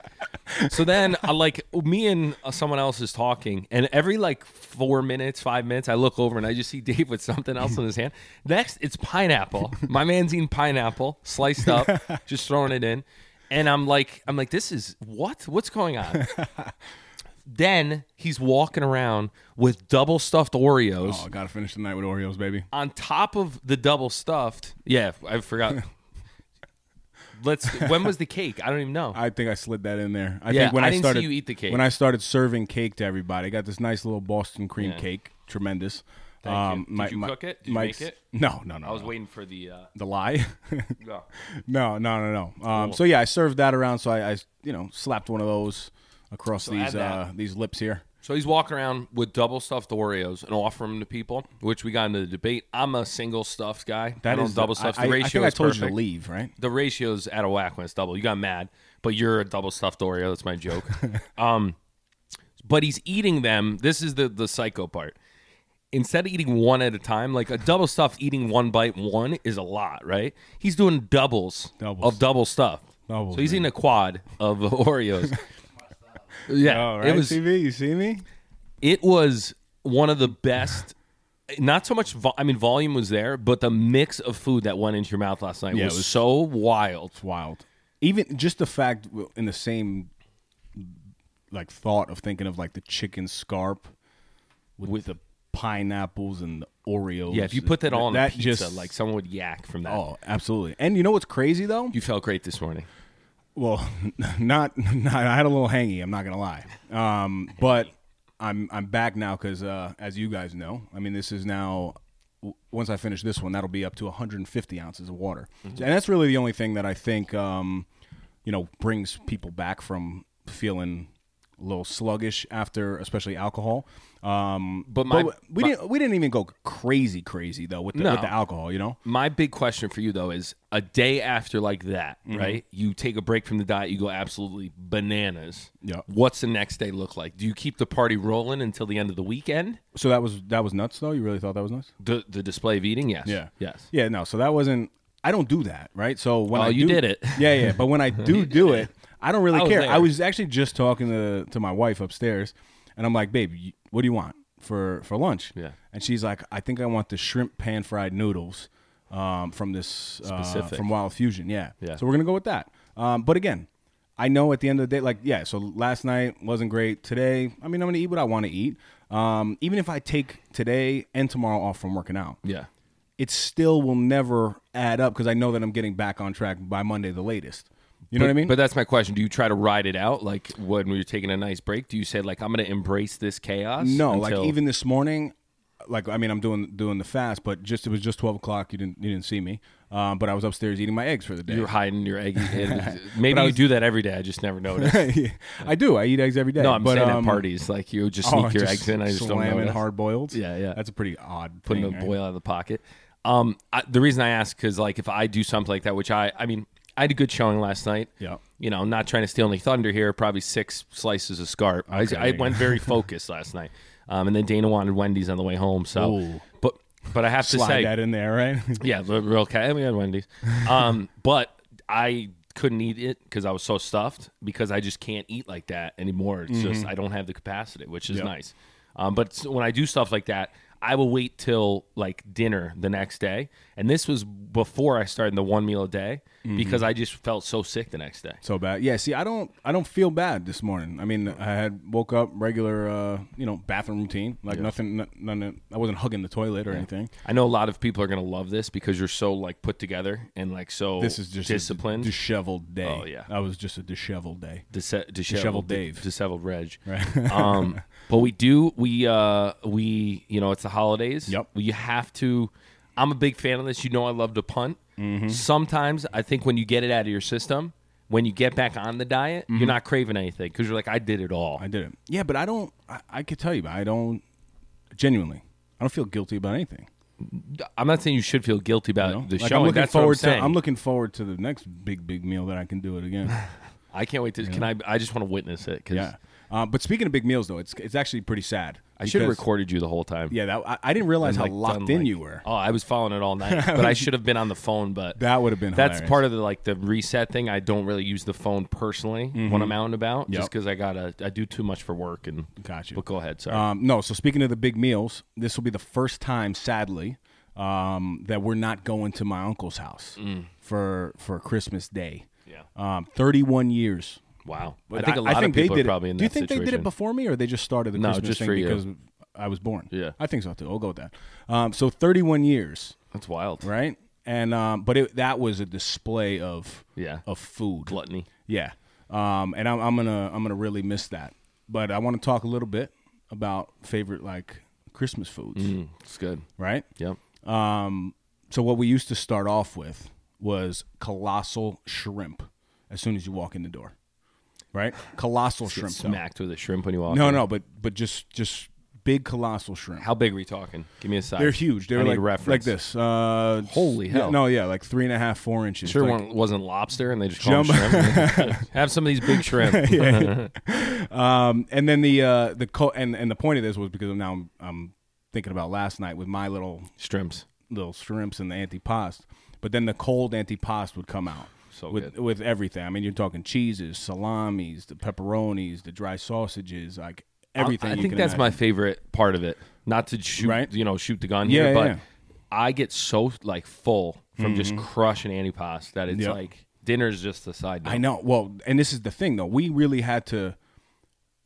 Speaker 2: So then, I like, me and uh, someone else is talking, and every like four minutes, five minutes, I look over and I just see [laughs] Dave with something else in his hand. Next, it's pineapple. My man's eating pineapple, sliced up, just throwing it in. And I'm like, I'm like, this is what? What's going on?
Speaker 3: [laughs]
Speaker 2: Then he's walking around with double stuffed Oreos
Speaker 3: Oh, I gotta finish the night with Oreos, baby.
Speaker 2: on top of the double stuffed. Yeah, I forgot.
Speaker 3: [laughs]
Speaker 2: Let's. When was the cake? I don't even know.
Speaker 3: I think I slid that in there. I
Speaker 2: Yeah,
Speaker 3: think when I,
Speaker 2: I didn't see
Speaker 3: started
Speaker 2: you eat the cake.
Speaker 3: when I started serving cake to everybody, I got this nice little Boston cream cake, tremendous. Um, Thank
Speaker 2: you. Did you cook it? Did you
Speaker 3: Mike's,
Speaker 2: make it?
Speaker 3: No, no, no.
Speaker 2: I was
Speaker 3: no.
Speaker 2: waiting for the. Uh,
Speaker 3: the lie. [laughs]
Speaker 2: no.
Speaker 3: no, no, no, no. Um, So yeah, I served that around. So I, I you know, slapped one of those across these
Speaker 2: add that.
Speaker 3: uh, these lips here.
Speaker 2: So he's walking around with double stuffed Oreos and offering them to people, which we got into the debate. I'm a single stuffed guy. I
Speaker 3: That
Speaker 2: don't
Speaker 3: is
Speaker 2: double
Speaker 3: the,
Speaker 2: stuff.
Speaker 3: I,
Speaker 2: The
Speaker 3: I-
Speaker 2: ratio
Speaker 3: I think
Speaker 2: is
Speaker 3: I told you
Speaker 2: perfect.
Speaker 3: to leave, right?
Speaker 2: the ratio's out of whack when it's double. You got mad, but you're a double stuffed Oreo. That's my
Speaker 3: [laughs]
Speaker 2: joke. um, but he's eating them. This is the the psycho part. Instead of eating one at a time, like a double stuffed eating one bite one is a lot, right? He's doing doubles,
Speaker 3: Doubles.
Speaker 2: of double stuff.
Speaker 3: Doubles,
Speaker 2: so he's
Speaker 3: man.
Speaker 2: eating a quad of [laughs] Oreos. yeah, Oh,
Speaker 3: All Oh, right,
Speaker 2: it was
Speaker 3: TV. You see me?
Speaker 2: it was one of the best not so much. Vo- I mean, volume was there, but the mix of food that went into your mouth last night
Speaker 3: Yeah, it
Speaker 2: was,
Speaker 3: was-
Speaker 2: so wild.
Speaker 3: It's wild. Even just the fact w- in the same like thought of thinking of like the chicken scarp with, the pineapples and the Oreos.
Speaker 2: Yeah, if you put that all on
Speaker 3: that
Speaker 2: a pizza,
Speaker 3: just
Speaker 2: like someone would yak from that.
Speaker 3: oh, absolutely. And you know what's crazy though?
Speaker 2: You felt great this morning.
Speaker 3: Well, [laughs] not, not I had a little hangy. I'm not gonna lie, um, but I'm I'm back now because uh, as you guys know, I mean this is now w- once I finish this one, that'll be up to 150 ounces of water,
Speaker 2: Mm-hmm.
Speaker 3: and that's really the only thing that I think um, you know brings people back from feeling a little sluggish after, especially alcohol. Um,
Speaker 2: But my-
Speaker 3: we didn't we didn't even go crazy crazy though with the, with the alcohol, you know.
Speaker 2: My big question for you though is a day after like that,
Speaker 3: Mm-hmm.
Speaker 2: right? You take a break from the diet, you go absolutely bananas.
Speaker 3: Yeah.
Speaker 2: What's the next day look like? Do you keep the party rolling until the end of the weekend?
Speaker 3: So that was that was nuts though. You really thought that was nuts?
Speaker 2: The the display of eating, yes.
Speaker 3: Yeah.
Speaker 2: Yes.
Speaker 3: Yeah. No. So that wasn't. I don't do that, right? So when
Speaker 2: Oh,
Speaker 3: I
Speaker 2: you
Speaker 3: do-
Speaker 2: did it.
Speaker 3: Yeah, yeah.
Speaker 2: [laughs]
Speaker 3: But when I do do it, I don't really
Speaker 2: I was
Speaker 3: care.
Speaker 2: there.
Speaker 3: I was actually just talking to to my wife upstairs, and I'm like, babe, you- what do you want for for lunch?
Speaker 2: Yeah.
Speaker 3: And she's like, I think I want the shrimp pan fried noodles um, from this uh,
Speaker 2: Specific.
Speaker 3: from Wild Fusion. Yeah.
Speaker 2: Yeah.
Speaker 3: So we're gonna go with that. Um, but again. I know at the end of the day, like yeah. So last night wasn't great. Today, I mean, I'm gonna eat what I want to eat. Um, even if I take today and tomorrow off from working out,
Speaker 2: Yeah.
Speaker 3: it still will never add up because I know that I'm getting back on track by Monday, the latest. You know what I mean?
Speaker 2: But that's my question. Do you try to ride it out? Like when you're taking a nice break, do you say like I'm gonna embrace this chaos?
Speaker 3: no,
Speaker 2: until-
Speaker 3: like even this morning, like I mean, I'm doing doing the fast, but just it was just 12 o'clock. You didn't you didn't see me, um, but I was upstairs eating my eggs for the day.
Speaker 2: you're hiding your egg.
Speaker 3: [laughs]
Speaker 2: and- Maybe you do that every day. I just never notice.
Speaker 3: Yeah, [laughs] I do. I eat eggs every day.
Speaker 2: No, I'm
Speaker 3: but,
Speaker 2: saying
Speaker 3: um,
Speaker 2: at parties, like you just
Speaker 3: [laughs] oh,
Speaker 2: sneak your
Speaker 3: just
Speaker 2: eggs in. I just don't
Speaker 3: slamming
Speaker 2: know.
Speaker 3: hard boiled.
Speaker 2: Yeah, yeah.
Speaker 3: That's a pretty odd.
Speaker 2: putting
Speaker 3: thing,
Speaker 2: the
Speaker 3: right?
Speaker 2: boil out of the pocket. Um, I, the reason I ask because like if I do something like that, which I, I mean, I had a good showing last night.
Speaker 3: Yeah.
Speaker 2: You know, not trying to steal any thunder here. Probably six slices of scarp. I, I went very focused last night. Um, and then Dana wanted Wendy's on the way home. So,
Speaker 3: Ooh.
Speaker 2: but but I have to
Speaker 3: Slide
Speaker 2: say,
Speaker 3: that in there, right? [laughs]
Speaker 2: yeah, the real cat. We had Wendy's. Um, but I couldn't eat it because I was so stuffed because I just can't eat like that anymore. It's
Speaker 3: Mm-hmm.
Speaker 2: just I don't have the capacity, which is nice. Um, but s- when I do stuff like that, I will wait till like dinner the next day. And this was before I started the one meal a day
Speaker 3: Mm-hmm.
Speaker 2: because I just felt so sick the next day.
Speaker 3: So bad. Yeah. See, I don't. I don't feel bad this morning. I mean, I had woke up regular, uh, you know, bathroom routine. Like nothing. n- None. I wasn't hugging the toilet or anything.
Speaker 2: I know a lot of people are gonna love this because you're so like put together and like so
Speaker 3: This is just
Speaker 2: disciplined.
Speaker 3: A disheveled day.
Speaker 2: Oh, yeah.
Speaker 3: That was just a disheveled day.
Speaker 2: Dise- disheveled,
Speaker 3: Dave.
Speaker 2: disheveled Reg. Right. [laughs] um, but we do we uh we you know it's the holidays.
Speaker 3: Yep.
Speaker 2: You have to. I'm a big fan of this. You know I love to punt.
Speaker 3: Mm-hmm.
Speaker 2: Sometimes I think when you get it out of your system, when you get back on the diet,
Speaker 3: Mm-hmm.
Speaker 2: you're not craving anything because you're like I did it all.
Speaker 3: I did it. Yeah, but I don't. I, I could tell you, I don't. Genuinely, I don't feel guilty about anything.
Speaker 2: I'm not saying you should feel guilty about
Speaker 3: you know?
Speaker 2: Uh, the
Speaker 3: Like,
Speaker 2: show.
Speaker 3: I'm looking
Speaker 2: That's
Speaker 3: forward
Speaker 2: what I'm saying.
Speaker 3: to. I'm looking forward to the next big, big meal that I can do
Speaker 2: [laughs]
Speaker 3: it again.
Speaker 2: I can't wait to. Can I? I just want to witness it because
Speaker 3: yeah. Uh, but speaking of big meals, though, it's it's actually pretty sad.
Speaker 2: I should have
Speaker 3: because-
Speaker 2: recorded you the whole time.
Speaker 3: Yeah, that, I, I didn't realize
Speaker 2: and,
Speaker 3: how
Speaker 2: like,
Speaker 3: locked
Speaker 2: done,
Speaker 3: in
Speaker 2: like-
Speaker 3: you were.
Speaker 2: Oh, I was following it all
Speaker 3: [laughs]
Speaker 2: night, but I should have been on the phone. But
Speaker 3: That would have been
Speaker 2: that's
Speaker 3: hilarious.
Speaker 2: part of the like the reset thing. I don't really use the phone personally when I'm out and about, just
Speaker 3: Mm-hmm. Yep.
Speaker 2: because I gotta I do too much for work and.
Speaker 3: Gotcha.
Speaker 2: But go ahead, sorry.
Speaker 3: Um, no, so speaking of the big meals, this will be the first time, sadly, um, that we're not going to my uncle's house for for Christmas
Speaker 2: Mm.
Speaker 3: Day.
Speaker 2: Yeah.
Speaker 3: um, thirty-one years.
Speaker 2: wow, I
Speaker 3: But
Speaker 2: think a lot of
Speaker 3: they
Speaker 2: people are
Speaker 3: did it-
Speaker 2: probably in
Speaker 3: Do you
Speaker 2: that
Speaker 3: think
Speaker 2: situation.
Speaker 3: they did it before me, or they just started the
Speaker 2: No,
Speaker 3: Christmas
Speaker 2: just
Speaker 3: thing
Speaker 2: for you.
Speaker 3: because I was born?
Speaker 2: Yeah.
Speaker 3: I think so too. I'll go with that. Um, so thirty-one years,
Speaker 2: That's wild,
Speaker 3: right? And um, but it, that was a display of
Speaker 2: Yeah.
Speaker 3: of food
Speaker 2: Gluttony.
Speaker 3: yeah, um, and I'm, I'm gonna I'm gonna really miss that. But I want to talk a little bit about favorite like Christmas foods,
Speaker 2: Mm, it's good.
Speaker 3: right?
Speaker 2: Yep.
Speaker 3: Um, so what we used to start off with was colossal shrimp as soon as you walk in the door, right? Colossal
Speaker 2: Get
Speaker 3: shrimp. though.
Speaker 2: smacked with a shrimp when you walk.
Speaker 3: No,
Speaker 2: in.
Speaker 3: no, but but just just big colossal shrimp.
Speaker 2: How big are we talking? Give me a size.
Speaker 3: They're huge. They're
Speaker 2: I need
Speaker 3: like
Speaker 2: a reference.
Speaker 3: like this. Uh,
Speaker 2: Holy
Speaker 3: yeah,
Speaker 2: hell.
Speaker 3: no, yeah, like three and a half, four inches.
Speaker 2: Sure,
Speaker 3: Like-
Speaker 2: one wasn't lobster, and they just call them
Speaker 3: [laughs]
Speaker 2: shrimp. Have some of these big shrimp.
Speaker 3: Um, and then the uh, the co- and and the point of this was because now I'm, I'm thinking about last night with my little
Speaker 2: Shrimps.
Speaker 3: little shrimps and the antipasto, but then the cold antipasto would come out
Speaker 2: So
Speaker 3: with
Speaker 2: good.
Speaker 3: with everything. I mean, you're talking cheeses, salamis, the pepperonis, the dry sausages, like everything.
Speaker 2: I
Speaker 3: you
Speaker 2: think
Speaker 3: can
Speaker 2: that's my
Speaker 3: imagine.
Speaker 2: favorite part of it. Not to shoot,
Speaker 3: Right.
Speaker 2: you know, shoot the gun
Speaker 3: Yeah,
Speaker 2: here,
Speaker 3: yeah,
Speaker 2: but
Speaker 3: yeah.
Speaker 2: I get so like full from just crushing antipasto that it's
Speaker 3: Yep.
Speaker 2: like dinner's just the side.
Speaker 3: I
Speaker 2: note.
Speaker 3: know. Well, and this is the thing though. We really had to.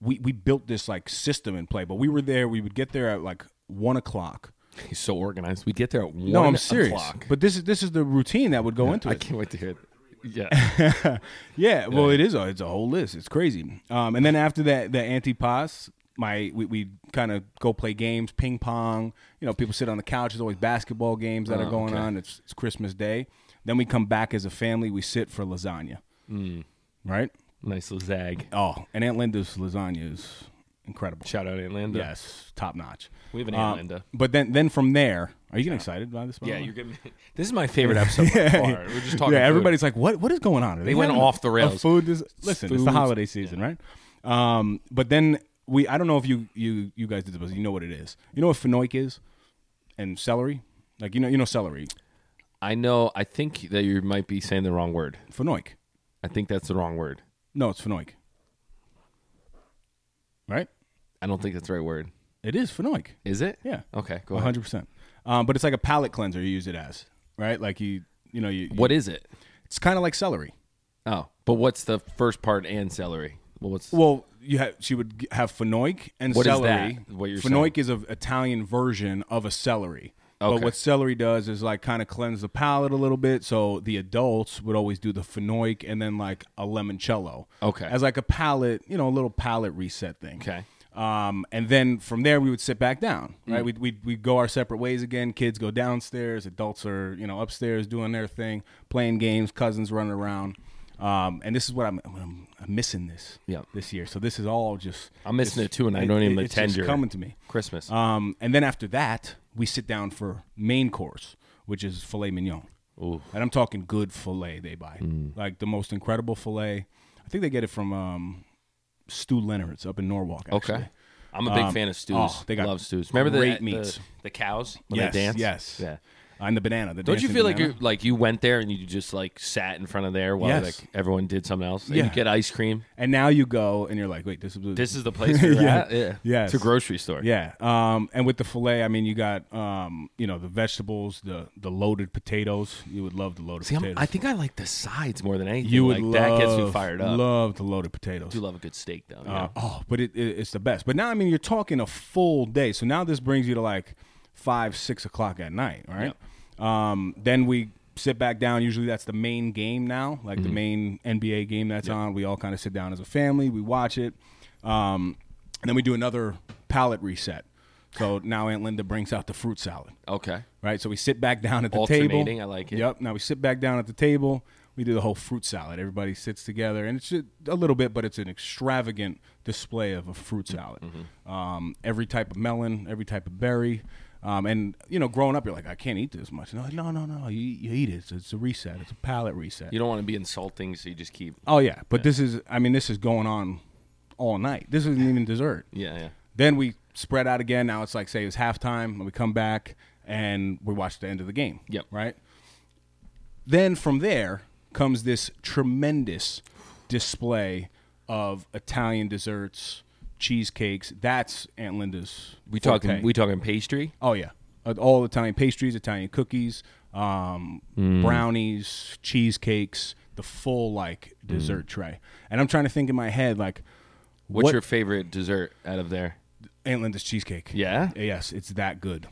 Speaker 3: We we built this like system in play, but we were there. We would get there at like one o'clock.
Speaker 2: He's so organized. We get there at one
Speaker 3: No, I'm serious.
Speaker 2: o'clock.
Speaker 3: But this is this is the routine that would go into
Speaker 2: I
Speaker 3: it.
Speaker 2: can't wait to hear. It. Yeah,
Speaker 3: [laughs] Yeah, well, it is. A, it's a whole list. It's crazy. Um, and then after that, the antipas. My we, we kind of go play games, ping pong. You know, people sit on the couch. There's always basketball games
Speaker 2: Oh,
Speaker 3: that are going on. It's, it's Christmas Day. Then we come back as a family. We sit for lasagna.
Speaker 2: Mm.
Speaker 3: Right.
Speaker 2: nice little zag.
Speaker 3: Oh, and Aunt Linda's lasagna is incredible.
Speaker 2: Shout out Atlanta.
Speaker 3: Yes, top notch. Um,
Speaker 2: We have an Aunt Linda.
Speaker 3: But then then from there, are you getting excited by this? by the
Speaker 2: Yeah,
Speaker 3: way?
Speaker 2: you're giving. [laughs] Me, this is my favorite episode by far. We're just talking.
Speaker 3: [laughs] Yeah,
Speaker 2: food.
Speaker 3: everybody's like, what What is going on? Are
Speaker 2: They went
Speaker 3: having a-
Speaker 2: off the rails.
Speaker 3: A food dis- Listen, it's the
Speaker 2: Foods.
Speaker 3: holiday season, right? Um, but then we, I don't know if you you you guys did this, but you know what it is. You know what fenugreek is, and celery. Like you know, you know celery,
Speaker 2: I know. I think that you might be saying the wrong word.
Speaker 3: fenugreek.
Speaker 2: I think that's the wrong word.
Speaker 3: No, it's fenugreek. Right?
Speaker 2: I don't think that's the right word.
Speaker 3: It is fenugreek.
Speaker 2: Is it?
Speaker 3: Yeah.
Speaker 2: Okay. Go
Speaker 3: One
Speaker 2: ahead.
Speaker 3: hundred percent. Um, But it's like a palate cleanser. You use it as right, like you you know you. you-
Speaker 2: What is it?
Speaker 3: It's kind of like celery.
Speaker 2: Oh, but what's the first part and celery? Well, what's
Speaker 3: Well, you ha- she would g- have fenugreek and
Speaker 2: What is
Speaker 3: celery.
Speaker 2: that, what you're
Speaker 3: fenugreek is an Italian version of a celery. But
Speaker 2: Okay.
Speaker 3: what celery does is like kind of cleanse the palate a little bit. So the adults would always do the fenugreek and then like a limoncello.
Speaker 2: Okay.
Speaker 3: As like a palate, you know, a little palate reset thing.
Speaker 2: Okay.
Speaker 3: Um, and then from there we would sit back down,
Speaker 2: Mm.
Speaker 3: right? We'd, we'd, we'd go our separate ways again. Kids go downstairs. Adults are, you know, upstairs doing their thing, playing games, cousins running around. Um, and this is what I'm, I'm, I'm missing this
Speaker 2: Yeah.
Speaker 3: this year. So this is all just
Speaker 2: I'm missing
Speaker 3: it's-
Speaker 2: it too, and I don't even
Speaker 3: it's just
Speaker 2: attend your
Speaker 3: coming to me.
Speaker 2: Christmas.
Speaker 3: Um, and then after that, we sit down for main course, which is filet mignon. And I'm talking good filet they buy,
Speaker 2: Mm.
Speaker 3: like the most incredible filet. I think they get it from um, Stu Leonard's up in Norwalk. Actually.
Speaker 2: okay. I'm a big
Speaker 3: Um,
Speaker 2: fan of stews.
Speaker 3: oh, they got
Speaker 2: love stews. Remember the
Speaker 3: great
Speaker 2: the,
Speaker 3: meats.
Speaker 2: the cows when
Speaker 3: Yes.
Speaker 2: they dance.
Speaker 3: Yes.
Speaker 2: Yeah.
Speaker 3: And the banana. The
Speaker 2: Don't you
Speaker 3: dancing
Speaker 2: feel like
Speaker 3: banana.
Speaker 2: you like you went there and you just like sat in front of there while
Speaker 3: Yes.
Speaker 2: like everyone did something else? And
Speaker 3: Yeah.
Speaker 2: You get ice cream.
Speaker 3: And now you go and you're like, wait, this is
Speaker 2: This is
Speaker 3: [laughs]
Speaker 2: the place you're
Speaker 3: Yeah.
Speaker 2: at. Yeah.
Speaker 3: Yes.
Speaker 2: It's a grocery store.
Speaker 3: Yeah. Um, and with the filet, I mean, you got um, you know, the vegetables, the the loaded potatoes. You would love the loaded
Speaker 2: See, I'm,
Speaker 3: potatoes.
Speaker 2: I think I like the sides more than anything.
Speaker 3: you
Speaker 2: like
Speaker 3: would
Speaker 2: that
Speaker 3: love,
Speaker 2: gets me fired up.
Speaker 3: Love the loaded potatoes.
Speaker 2: I do love a good steak though. yeah.
Speaker 3: Uh, oh, but it, it, it's the best. But now, I mean, you're talking a full day. So now this brings you to like five, six o'clock at night, right? Um, then we sit back down. Usually that's the main game now, like the main NBA game that's on. We all kind of sit down as a family, we watch it. Um, and then we do another palate reset. So now Aunt Linda brings out the fruit salad
Speaker 2: Okay.
Speaker 3: right? So we sit back down at the
Speaker 2: Alternating,
Speaker 3: table.
Speaker 2: I like it.
Speaker 3: Yep. Now we sit back down at the table. We do the whole fruit salad. Everybody sits together, and it's just a little bit, but it's an extravagant display of a fruit
Speaker 2: Mm-hmm.
Speaker 3: salad. Um, every type of melon, every type of berry. Um, and you know, growing up, you're like, I can't eat this much. No, no, no, no. You, you eat it. It's, it's a reset. It's a palate reset.
Speaker 2: You don't want to be insulting, so you just keep.
Speaker 3: oh yeah, but this is. I mean, this is going on all night. This isn't even dessert.
Speaker 2: Yeah, yeah.
Speaker 3: Then we spread out again. Now it's like say it was halftime, and we come back and we watch the end of the game.
Speaker 2: Yep.
Speaker 3: Right. Then from there comes this tremendous display of Italian desserts, cheesecakes. That's Aunt Linda's.
Speaker 2: We
Speaker 3: forte.
Speaker 2: talking we talking pastry?
Speaker 3: Oh yeah, Uh, all Italian pastries, Italian cookies, um,
Speaker 2: Mm.
Speaker 3: brownies, cheesecakes, the full like dessert tray. And I'm trying to think in my head like,
Speaker 2: Mm. What's
Speaker 3: what
Speaker 2: your favorite dessert out of there?
Speaker 3: Aunt Linda's cheesecake?
Speaker 2: Yeah?
Speaker 3: Yes, it's that good.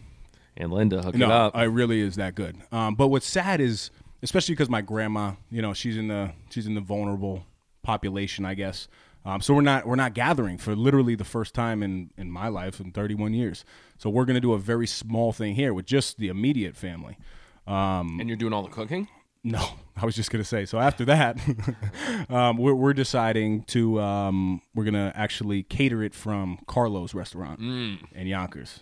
Speaker 2: And Linda, hook
Speaker 3: No,
Speaker 2: it up.
Speaker 3: it really is that good. Um, but what's sad is, especially because my grandma, you know, she's in the she's in the vulnerable population, I guess. Um, so we're not we're not gathering for literally the first time in in my life in 31 years. So we're gonna do a very small thing here with just the immediate family.
Speaker 2: and you're doing all the cooking?
Speaker 3: No, [laughs] I was just gonna say. So after that, [laughs] um, we're, we're deciding to um, we're gonna actually cater it from Carlo's restaurant
Speaker 2: Mm.
Speaker 3: in Yonkers.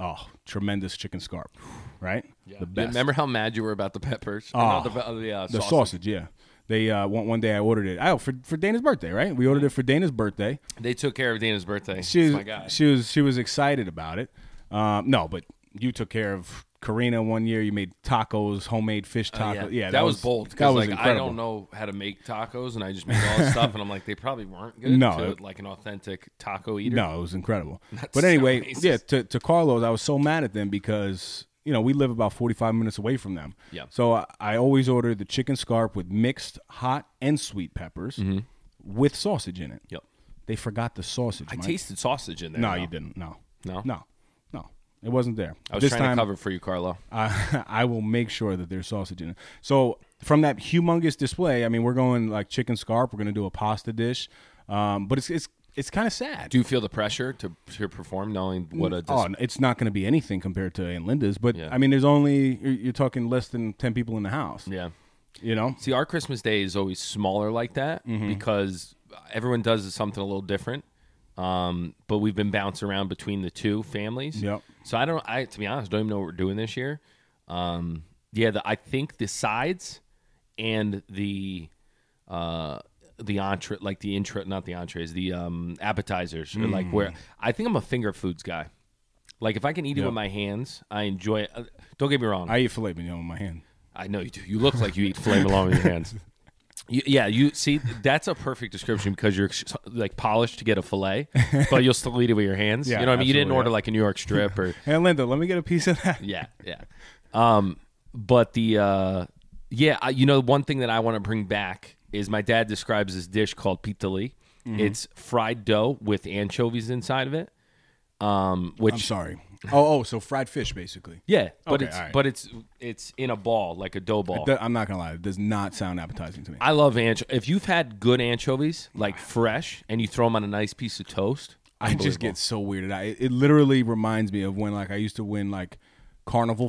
Speaker 3: Oh, tremendous chicken scarp, right? The best. Ah,
Speaker 2: Remember how mad you were about the peppers? Or not the, pe- uh, the, uh,
Speaker 3: The
Speaker 2: sausage.
Speaker 3: sausage, yeah. They uh, one, one day I ordered it. Oh, for for Dana's birthday, right? We ordered it for Dana's birthday.
Speaker 2: They took care of Dana's birthday.
Speaker 3: She was
Speaker 2: my guy.
Speaker 3: she was she was excited about it. Um, no, but you took care of Karina one year. You made tacos, homemade fish tacos. yeah.
Speaker 2: Oh, that, was, bold. That like, I
Speaker 3: incredible.
Speaker 2: don't know how to make tacos, and I just made all
Speaker 3: [laughs]
Speaker 2: this stuff, and I'm like, they probably weren't good.
Speaker 3: No,
Speaker 2: to,
Speaker 3: it-
Speaker 2: like an authentic taco eater.
Speaker 3: No, it
Speaker 2: [laughs]
Speaker 3: was incredible. but
Speaker 2: so
Speaker 3: anyway,
Speaker 2: racist.
Speaker 3: yeah, to, to Carlos, I was so mad at them because, you know, we live about 45 minutes away from them.
Speaker 2: Yeah.
Speaker 3: So I, I always order the chicken scarp with mixed hot and sweet peppers with sausage in it.
Speaker 2: Mm-hmm. Yep.
Speaker 3: They forgot the sausage.
Speaker 2: I
Speaker 3: Mike.
Speaker 2: tasted sausage in there.
Speaker 3: No,
Speaker 2: though.
Speaker 3: you didn't. No.
Speaker 2: No?
Speaker 3: No. No. It wasn't there.
Speaker 2: I was
Speaker 3: this
Speaker 2: trying
Speaker 3: time,
Speaker 2: to cover for you, Carlo.
Speaker 3: [laughs] I, I will make sure that there's sausage in it. So from that humongous display, I mean, we're going like chicken scarp. We're going to do a pasta dish, um, but it's it's it's kind of sad.
Speaker 2: Do you feel the pressure to to perform, knowing what a dis-
Speaker 3: oh, it's not going to be anything compared to Aunt Linda's. But
Speaker 2: Yeah.
Speaker 3: I mean, there's only you're, you're talking less than ten people in the house.
Speaker 2: yeah?
Speaker 3: You know.
Speaker 2: See, our Christmas day is always smaller like that because everyone does something a little different. Um, but we've been bouncing around between the two families.
Speaker 3: Yep.
Speaker 2: So I don't. I to be honest, don't even know what we're doing this year. Um, yeah, the, I think the sides and the uh, the entree, like the intro, not the entrees, the um, appetizers, are like where I think I'm a finger foods guy. Like if I can eat it with my hands, I enjoy it. Uh, don't get me wrong.
Speaker 3: I eat filet mignon with my hand.
Speaker 2: I know you do. You look like you eat filet mignon with your hands. You, yeah, you see, that's a perfect description because you're ex- like polished to get a filet, but you'll still eat it with your hands.
Speaker 3: Yeah,
Speaker 2: you know what I mean? You didn't
Speaker 3: absolutely,
Speaker 2: order
Speaker 3: yeah.
Speaker 2: like a New York strip
Speaker 3: [laughs]
Speaker 2: or
Speaker 3: Hey, Linda, let me get a piece of
Speaker 2: [laughs]
Speaker 3: that.
Speaker 2: yeah, yeah. Um, but the uh, yeah, I, you know, one thing that I want to bring back is my dad describes this dish called pitali.
Speaker 3: Mm-hmm.
Speaker 2: It's fried dough with anchovies inside of it. Um, which
Speaker 3: I'm sorry. Oh, oh, so fried fish, basically.
Speaker 2: yeah, but
Speaker 3: Okay,
Speaker 2: it's
Speaker 3: all right.
Speaker 2: but it's it's in a ball like a dough ball.
Speaker 3: That- I'm not gonna lie. It does not sound appetizing to me.
Speaker 2: Oh. I love ancho. If you've had good anchovies, like fresh, and you throw them on a nice piece of toast,
Speaker 3: I just get so weirded out. It, it literally reminds me of when like I used to win like carnival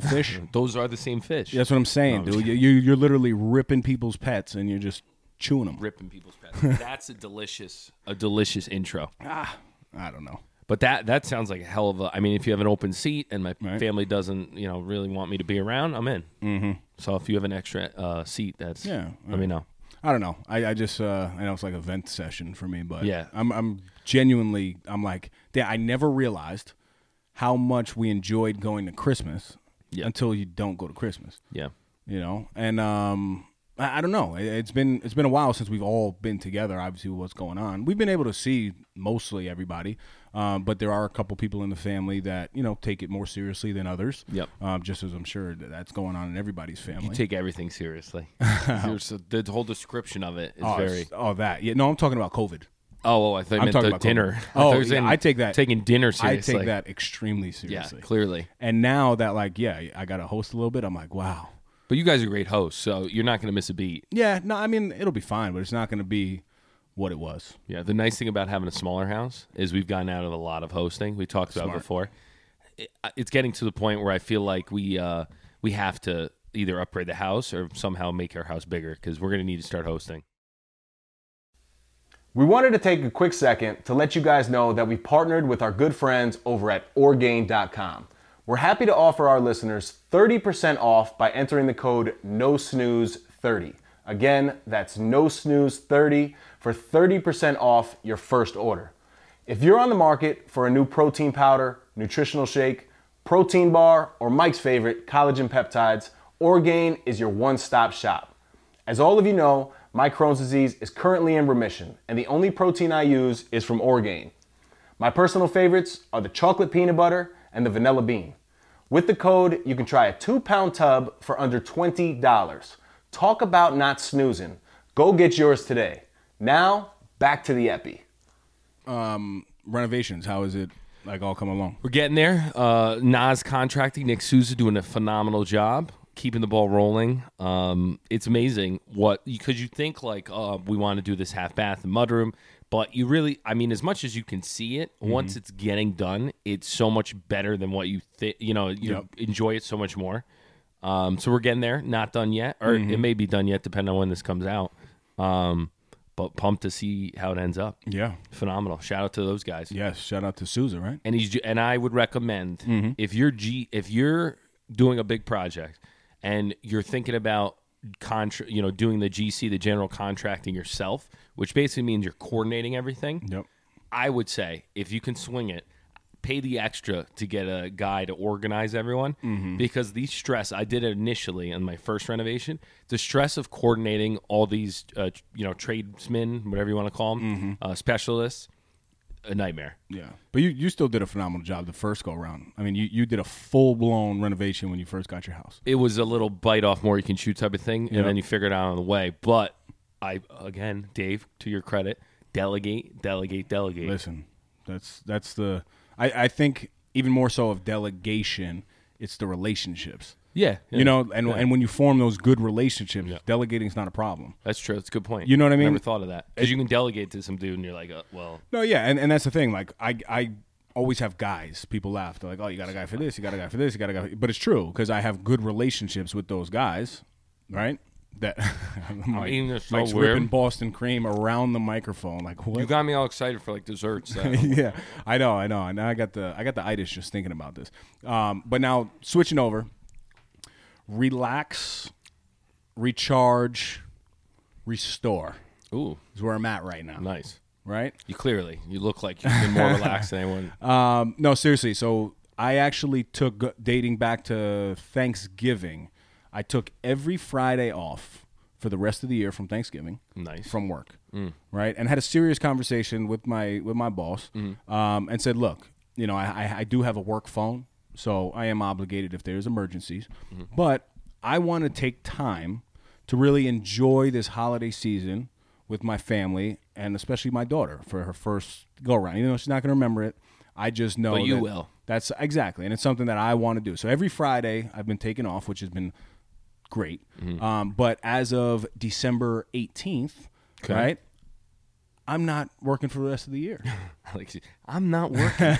Speaker 2: [laughs]
Speaker 3: fish.
Speaker 2: those are the same fish.
Speaker 3: That's what I'm saying, dude. You, you you're literally ripping people's pets and you're just chewing them.
Speaker 2: [laughs] Ripping people's pets. That's a delicious, a delicious intro.
Speaker 3: Ah, I don't know.
Speaker 2: But that that sounds like a hell of a. I mean, if you have an open seat and my family doesn't, you know, really want me to be around, I'm in. Mm-hmm. So if you have an extra uh, seat, that's
Speaker 3: Yeah,
Speaker 2: Let me know.
Speaker 3: I don't know. I, I just uh, I know it's like a vent session for me, but
Speaker 2: Yeah.
Speaker 3: I'm I'm genuinely I'm like, damn, I never realized how much we enjoyed going to Christmas
Speaker 2: Yeah.
Speaker 3: until you don't go to Christmas,
Speaker 2: Yeah,
Speaker 3: you know. And um, I, I don't know. It, it's been it's been a while since we've all been together. Obviously, with what's going on, we've been able to see mostly everybody, um, but there are a couple people in the family that you know take it more seriously than others.
Speaker 2: Yep.
Speaker 3: Um, just as I'm sure that that's going on in everybody's family.
Speaker 2: take everything
Speaker 3: [laughs]
Speaker 2: seriously. There's a- the whole description of it is
Speaker 3: oh,
Speaker 2: very.
Speaker 3: it's- oh, that yeah. No, I'm talking about COVID.
Speaker 2: Oh, oh, I thought you
Speaker 3: I'm
Speaker 2: meant
Speaker 3: talking
Speaker 2: the
Speaker 3: about
Speaker 2: dinner.
Speaker 3: COVID.
Speaker 2: I thought
Speaker 3: Oh,
Speaker 2: you were
Speaker 3: yeah,
Speaker 2: saying
Speaker 3: I take that-
Speaker 2: taking dinner
Speaker 3: I
Speaker 2: seriously.
Speaker 3: take that extremely
Speaker 2: Yeah,
Speaker 3: seriously.
Speaker 2: clearly.
Speaker 3: And now that like yeah, I got to host a little bit. I'm like, wow.
Speaker 2: But you guys are great hosts, so you're not going to miss a beat.
Speaker 3: Yeah, no, I mean it'll be fine, but it's not going to be what it was.
Speaker 2: Yeah, the nice thing about having a smaller house is we've gotten out of a lot of hosting. We talked about before. It, it's getting to the point where I feel like we uh, we have to either upgrade the house or somehow make our house bigger because we're going to need to start hosting.
Speaker 1: We wanted to take a quick second to let you guys know that we partnered with our good friends over at Orgain.com. We're happy to offer our listeners 30% off by entering the code NOSNOOZE30. E Again, that's NOSNOOZE30 E for 30% off your first order. If you're on the market for a new protein powder, nutritional shake, protein bar, or Mike's favorite, collagen peptides, Orgain is your one stop shop. As all of you know, my Crohn's disease is currently in remission, and the only protein I use is from Orgain. My personal favorites are the chocolate peanut butter and the vanilla bean. With the code, you can try a two pound tub for under $20. Talk about not snoozing. Go get yours today. Now, back to the Epi.
Speaker 3: Renovations, how is it like all come along?
Speaker 2: We're getting there. Uh, Nas contracting, Nick Souza doing a phenomenal job keeping the ball rolling. Um, it's amazing what because you think like uh, we want to do this half bath and mudroom, but you really, I mean, as much as you can see it, once it's getting done, it's so much better than what you think. You know, you enjoy it so much more. Um, so we're getting there. Not done yet, or it may be done yet, depending on when this comes out. Um, but pumped to see how it ends up.
Speaker 3: Yeah.
Speaker 2: Phenomenal. Shout out to those guys
Speaker 3: Yes, shout out to Souza, right?
Speaker 2: and he's and I would recommend if you're G if you're doing a big project and you're thinking about contra, you know, doing the GC, the general contracting yourself, which basically means you're coordinating everything.
Speaker 3: Yep.
Speaker 2: I would say if you can swing it, pay the extra to get a guy to organize everyone because the stress I did it initially in my first renovation, the stress of coordinating all these uh, you know tradesmen, whatever you want to call them, uh, specialists, a nightmare.
Speaker 3: Yeah, but you, you still did a phenomenal job the first go around. I mean, you, you did a full blown renovation when you first got your house.
Speaker 2: it was a little bite off more you can shoot type of thing, and then you figure it out on the way. But I again, Dave, to your credit, delegate, delegate, delegate.
Speaker 3: Listen, that's that's the I, I think even more so of delegation, it's the relationships.
Speaker 2: Yeah, yeah.
Speaker 3: You know, and and when you form those good relationships, delegating is not a problem.
Speaker 2: that's true. That's a good point.
Speaker 3: You know what I mean?
Speaker 2: Never thought of that because you can delegate to some dude, and you're like, uh, well,
Speaker 3: No, yeah, and, and that's the thing. Like I I always have guys. People laugh. They're like, "Oh, you got a guy for this. You got a guy for this. You got a guy." For... But it's true because I have good relationships with those guys, right? That [laughs] Mike,
Speaker 2: mean, it's so
Speaker 3: Mike's
Speaker 2: weird.
Speaker 3: whipping Boston cream around the microphone. Like what?
Speaker 2: you got me all excited for like desserts. uh,
Speaker 3: [laughs] yeah, I know, I know. And I got the I got the itis just thinking about this. Um, but now switching over, relax, recharge, restore
Speaker 2: Ooh,
Speaker 3: is where I'm at right now.
Speaker 2: nice.
Speaker 3: Right?
Speaker 2: You clearly you look like you've been more relaxed than
Speaker 3: [laughs]
Speaker 2: anyone.
Speaker 3: Um, no, seriously. So I actually took dating back to Thanksgiving. I took every Friday off for the rest of the year from Thanksgiving.
Speaker 2: Nice.
Speaker 3: From work, right? And had a serious conversation with my with my boss, um, and said, "Look, you know, I, I, I do have a work phone, so I am obligated if there's emergencies, but I want to take time to really enjoy this holiday season." with my family and especially my daughter for her first go around. Even though she's not going to remember it, I just know
Speaker 2: But you
Speaker 3: that-
Speaker 2: will.
Speaker 3: That's exactly, and it's something that I want to do. So every Friday I've been taken off, which has been great.
Speaker 2: Mm-hmm.
Speaker 3: Um, but as of December eighteenth, right, I'm not working for the rest of
Speaker 2: [laughs]
Speaker 3: the year.
Speaker 2: [laughs] like, I'm not
Speaker 3: [laughs]
Speaker 2: working.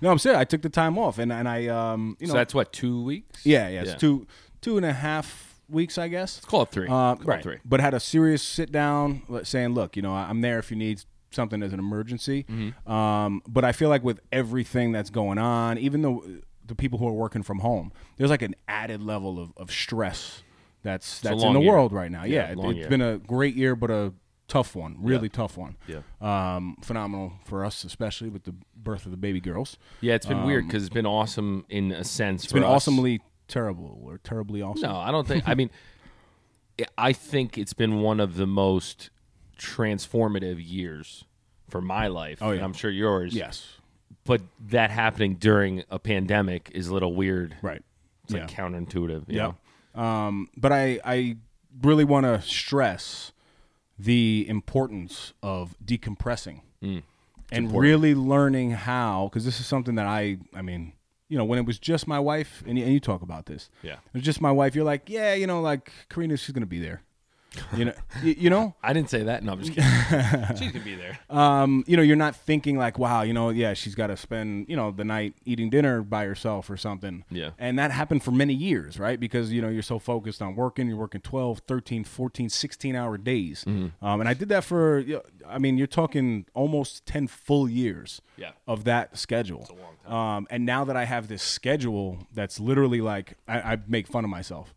Speaker 3: no, I'm serious. I took the time off, and and I, um, you know,
Speaker 2: so that's what two weeks.
Speaker 3: yeah, yeah, it's two two and a half weeks, I guess.
Speaker 2: Call it three.
Speaker 3: Uh,
Speaker 2: Call it
Speaker 3: right.
Speaker 2: three.
Speaker 3: But had a serious sit down like, saying, look, you know, I- I'm there if you need something as an emergency.
Speaker 2: Mm-hmm.
Speaker 3: Um, but I feel like with everything that's going on, even though uh, the people who are working from home, there's like an added level of, of stress that's that's in
Speaker 2: long
Speaker 3: the
Speaker 2: year.
Speaker 3: world right now. Yeah,
Speaker 2: long
Speaker 3: it, has
Speaker 2: year.
Speaker 3: been a great year, but a tough one, really tough one.
Speaker 2: Yeah.
Speaker 3: Um, phenomenal for us, especially with the birth of the baby girls.
Speaker 2: Yeah, it's been weird because it's been awesome in a sense.
Speaker 3: Um, It's been awesomely terrible or terribly awesome.
Speaker 2: No, I don't think. I mean, [laughs] I- I think it's been one of the most transformative years for my life.
Speaker 3: Oh, yeah.
Speaker 2: and I'm sure yours.
Speaker 3: Yes.
Speaker 2: But that happening during a pandemic is a little weird.
Speaker 3: Right.
Speaker 2: It's like counterintuitive. You
Speaker 3: Yeah.
Speaker 2: know?
Speaker 3: Um, but I, I really want to stress the importance of decompressing and really learning how, because this is something that I, I mean, you know, when it was just my wife, and, you- and you talk about this,
Speaker 2: Yeah.
Speaker 3: it was just my wife. You're like, yeah, you know, like Karina, she's gonna be there, you know, [laughs] you, you know,
Speaker 2: I didn't say that. No, I'm just kidding.
Speaker 3: [laughs]
Speaker 2: She's gonna be there.
Speaker 3: um, you know, you're not thinking like, wow, you know, yeah, she's got to spend, you know, the night eating dinner by herself or something.
Speaker 2: Yeah.
Speaker 3: And that happened for many years, right? Because, you know, you're so focused on working, you're working 12, 13, 14, 16 hour days. Um, and I did that for, you know, I mean, you're talking almost 10 full years
Speaker 2: Yeah.
Speaker 3: of that schedule. It's a long time. Um, and now that I have this schedule that's literally like, I, I make fun of myself.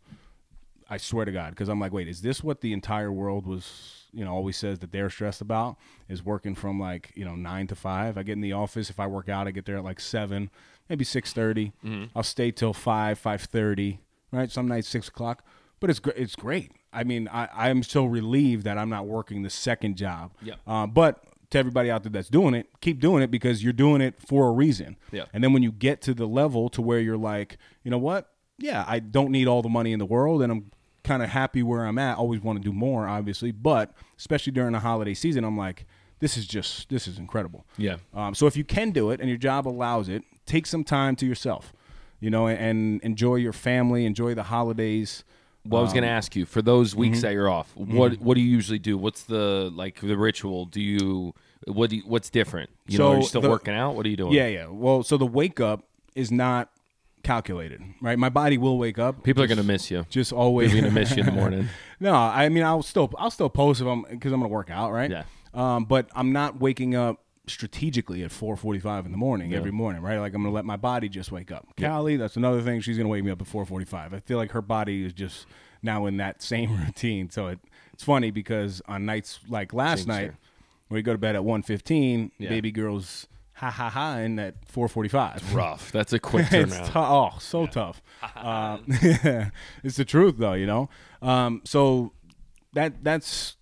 Speaker 3: I swear to God, because I'm like, wait, is this what the entire world was, you know, always says that they're stressed about is working from like, you know, nine to five. I get in the office. If I work out, I get there at like seven, maybe six I'll stay till five, five thirty, right? Some nights six o'clock, but it's gr- it's great. I mean, I I am so relieved that I'm not working the second job.
Speaker 2: Yep.
Speaker 3: Uh, but to everybody out there that's doing it, keep doing it because you're doing it for a reason.
Speaker 2: Yeah.
Speaker 3: And then when you get to the level to where you're like, you know what? Yeah, I don't need all the money in the world and I'm kind of happy where I'm at. Always want to do more, obviously, but especially during the holiday season, I'm like, this is just this is incredible.
Speaker 2: Yeah.
Speaker 3: Um, so if you can do it and your job allows it, take some time to yourself, you know, and, and enjoy your family, enjoy the holidays.
Speaker 2: Well, I was
Speaker 3: Um,
Speaker 2: gonna ask you for those weeks
Speaker 3: mm-hmm.
Speaker 2: that you're off. What What do you usually do? What's the like the ritual? Do you what do you, What's different? You know,
Speaker 3: So
Speaker 2: are you still
Speaker 3: the-
Speaker 2: working out? What are you doing?
Speaker 3: Yeah, yeah. Well, so the wake up is not calculated, right? My body will wake up.
Speaker 2: People are gonna miss you.
Speaker 3: just always
Speaker 2: They're gonna miss
Speaker 3: [laughs]
Speaker 2: you in the morning.
Speaker 3: No, I mean I'll still I'll still post if I'm because I'm gonna work out, right?
Speaker 2: Yeah.
Speaker 3: Um, but I'm not waking up strategically at 4:45 in the morning every morning, right? Like I'm gonna let my body just wake up. Callie, that's another thing. She's gonna wake me up at 4:45. I feel like her body is just now in that same [laughs] routine. So it, it's funny because on nights like last night, where we go to bed at 1:15, baby girl's ha ha ha in at 445.
Speaker 2: Rough. That's a quick
Speaker 3: it's
Speaker 2: turnaround.
Speaker 3: tou- oh,
Speaker 2: [laughs]
Speaker 3: so tough. Uh, [laughs] it's the truth, though, you know. Um, so that that's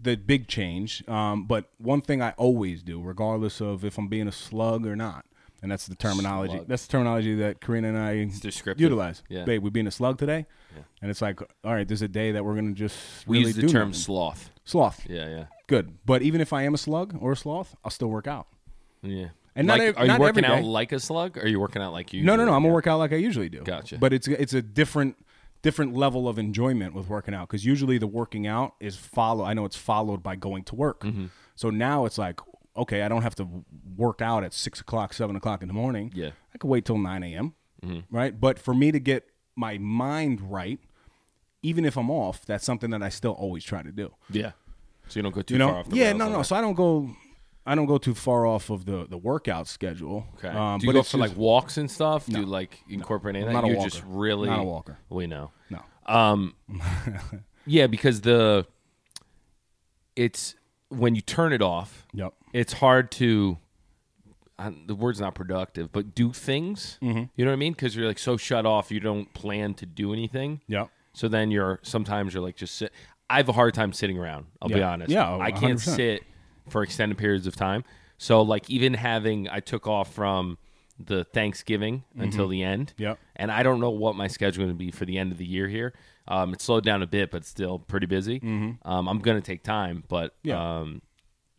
Speaker 3: the big change. Um, but one thing I always do, regardless of if I'm being a slug or not, and that's the terminology. That's the terminology that Karina and I
Speaker 2: descriptive.
Speaker 3: utilize.
Speaker 2: Yeah.
Speaker 3: Babe, we being a slug today, and it's like, all right, there's a day that we're gonna just
Speaker 2: we
Speaker 3: really
Speaker 2: use the
Speaker 3: do
Speaker 2: term
Speaker 3: nothing.
Speaker 2: sloth.
Speaker 3: sloth.
Speaker 2: Yeah, yeah,
Speaker 3: Good, but even if I am a slug or a sloth, I'll still work out.
Speaker 2: yeah.
Speaker 3: And
Speaker 2: like,
Speaker 3: not ev-
Speaker 2: are you
Speaker 3: not
Speaker 2: working
Speaker 3: every
Speaker 2: out
Speaker 3: day.
Speaker 2: like a slug? Or are you working out like you?
Speaker 3: No, no,
Speaker 2: usually
Speaker 3: no. I'm
Speaker 2: do?
Speaker 3: gonna work out like I usually do.
Speaker 2: Gotcha.
Speaker 3: But it's it's a different different level of enjoyment with working out because usually the working out is follow. I know it's followed by going to work.
Speaker 2: Mm-hmm.
Speaker 3: So now it's like okay, I don't have to work out at six o'clock, seven o'clock in the morning.
Speaker 2: Yeah. Mm-hmm.
Speaker 3: I could wait till nine a.m. Right. But for me to get my mind right, even if I'm off, that's something that I still always try to do
Speaker 2: Yeah. So you don't go too
Speaker 3: you know
Speaker 2: far off the
Speaker 3: yeah
Speaker 2: rails
Speaker 3: no
Speaker 2: on
Speaker 3: no
Speaker 2: that.
Speaker 3: so i don't go i don't go too far off of the the workout schedule
Speaker 2: Okay.
Speaker 3: um,
Speaker 2: do you
Speaker 3: but
Speaker 2: go
Speaker 3: it's
Speaker 2: for
Speaker 3: just-
Speaker 2: like walks and stuff? do you like incorporate any of
Speaker 3: I'm
Speaker 2: that?
Speaker 3: not a
Speaker 2: you
Speaker 3: walker.
Speaker 2: just really
Speaker 3: Not a walker.
Speaker 2: We know. Um,
Speaker 3: no [laughs]
Speaker 2: Yeah, because the it's when you turn it off,
Speaker 3: yep
Speaker 2: it's hard to I, the word's not productive, but do things.
Speaker 3: Mm-hmm.
Speaker 2: You know what I mean? Because you're like so shut off, you don't plan to do anything.
Speaker 3: yep
Speaker 2: So then you're sometimes you're like just sit. I have a hard time sitting around. I'll be
Speaker 3: Yeah.
Speaker 2: honest.
Speaker 3: Yeah, oh,
Speaker 2: I can't
Speaker 3: 100%.
Speaker 2: sit for extended periods of time. So like even having I took off from the Thanksgiving until the end.
Speaker 3: Mm-hmm. Yep.
Speaker 2: And I don't know what my schedule going to be for the end of the year here. Um, it's slowed down a bit, but still pretty busy. Um, I'm going to take time, but
Speaker 3: Mm-hmm. Yeah.
Speaker 2: um,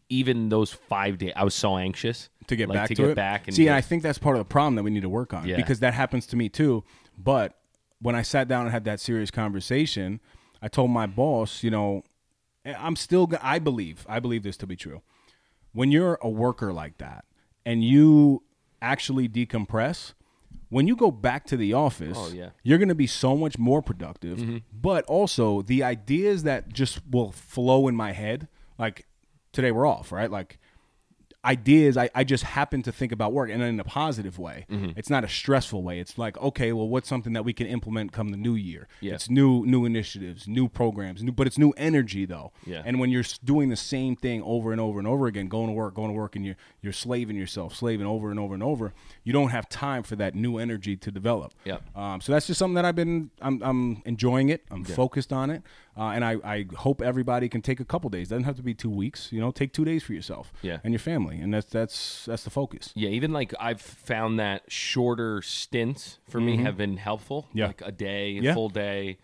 Speaker 2: even those five days, I was so anxious
Speaker 3: to get
Speaker 2: like,
Speaker 3: back
Speaker 2: to,
Speaker 3: to,
Speaker 2: get
Speaker 3: it.
Speaker 2: back and
Speaker 3: see,
Speaker 2: get-
Speaker 3: and I think that's part of the problem that we need to work on
Speaker 2: Yeah.
Speaker 3: because that happens to me too. But when I sat down and had that serious conversation, I told my boss, you know, "Eh, I'm still. go- I believe. I believe this to be true. When you're a worker like that and you actually decompress, when you go back to the office,
Speaker 2: Oh, yeah. Mm-hmm.
Speaker 3: you're going to be so much more productive. But also, the ideas that just will flow in my head, like today we're off, right? Like ideas I, I just happen to think about work and in a positive way
Speaker 2: Mm-hmm.
Speaker 3: it's not a stressful way it's like okay well what's something that we can implement come the new year
Speaker 2: Yeah.
Speaker 3: it's new new initiatives new programs new but it's new energy though
Speaker 2: Yeah.
Speaker 3: and when you're s- doing the same thing over and over and over again going to work going to work and you're you're slaving yourself slaving over and over and over you don't have time for that new energy to develop
Speaker 2: Yep.
Speaker 3: um, so that's just something that I've been I'm, I'm enjoying it. I'm focused on it, uh, and I, I hope everybody can take a couple days. Doesn't have to be two weeks. You know, take two days for yourself
Speaker 2: Yeah.
Speaker 3: and your family, and that's that's that's the focus.
Speaker 2: Yeah, even like I've found that shorter stints for me have been helpful.
Speaker 3: Mm-hmm. Yeah.
Speaker 2: Like a day, a
Speaker 3: Yeah.
Speaker 2: full day.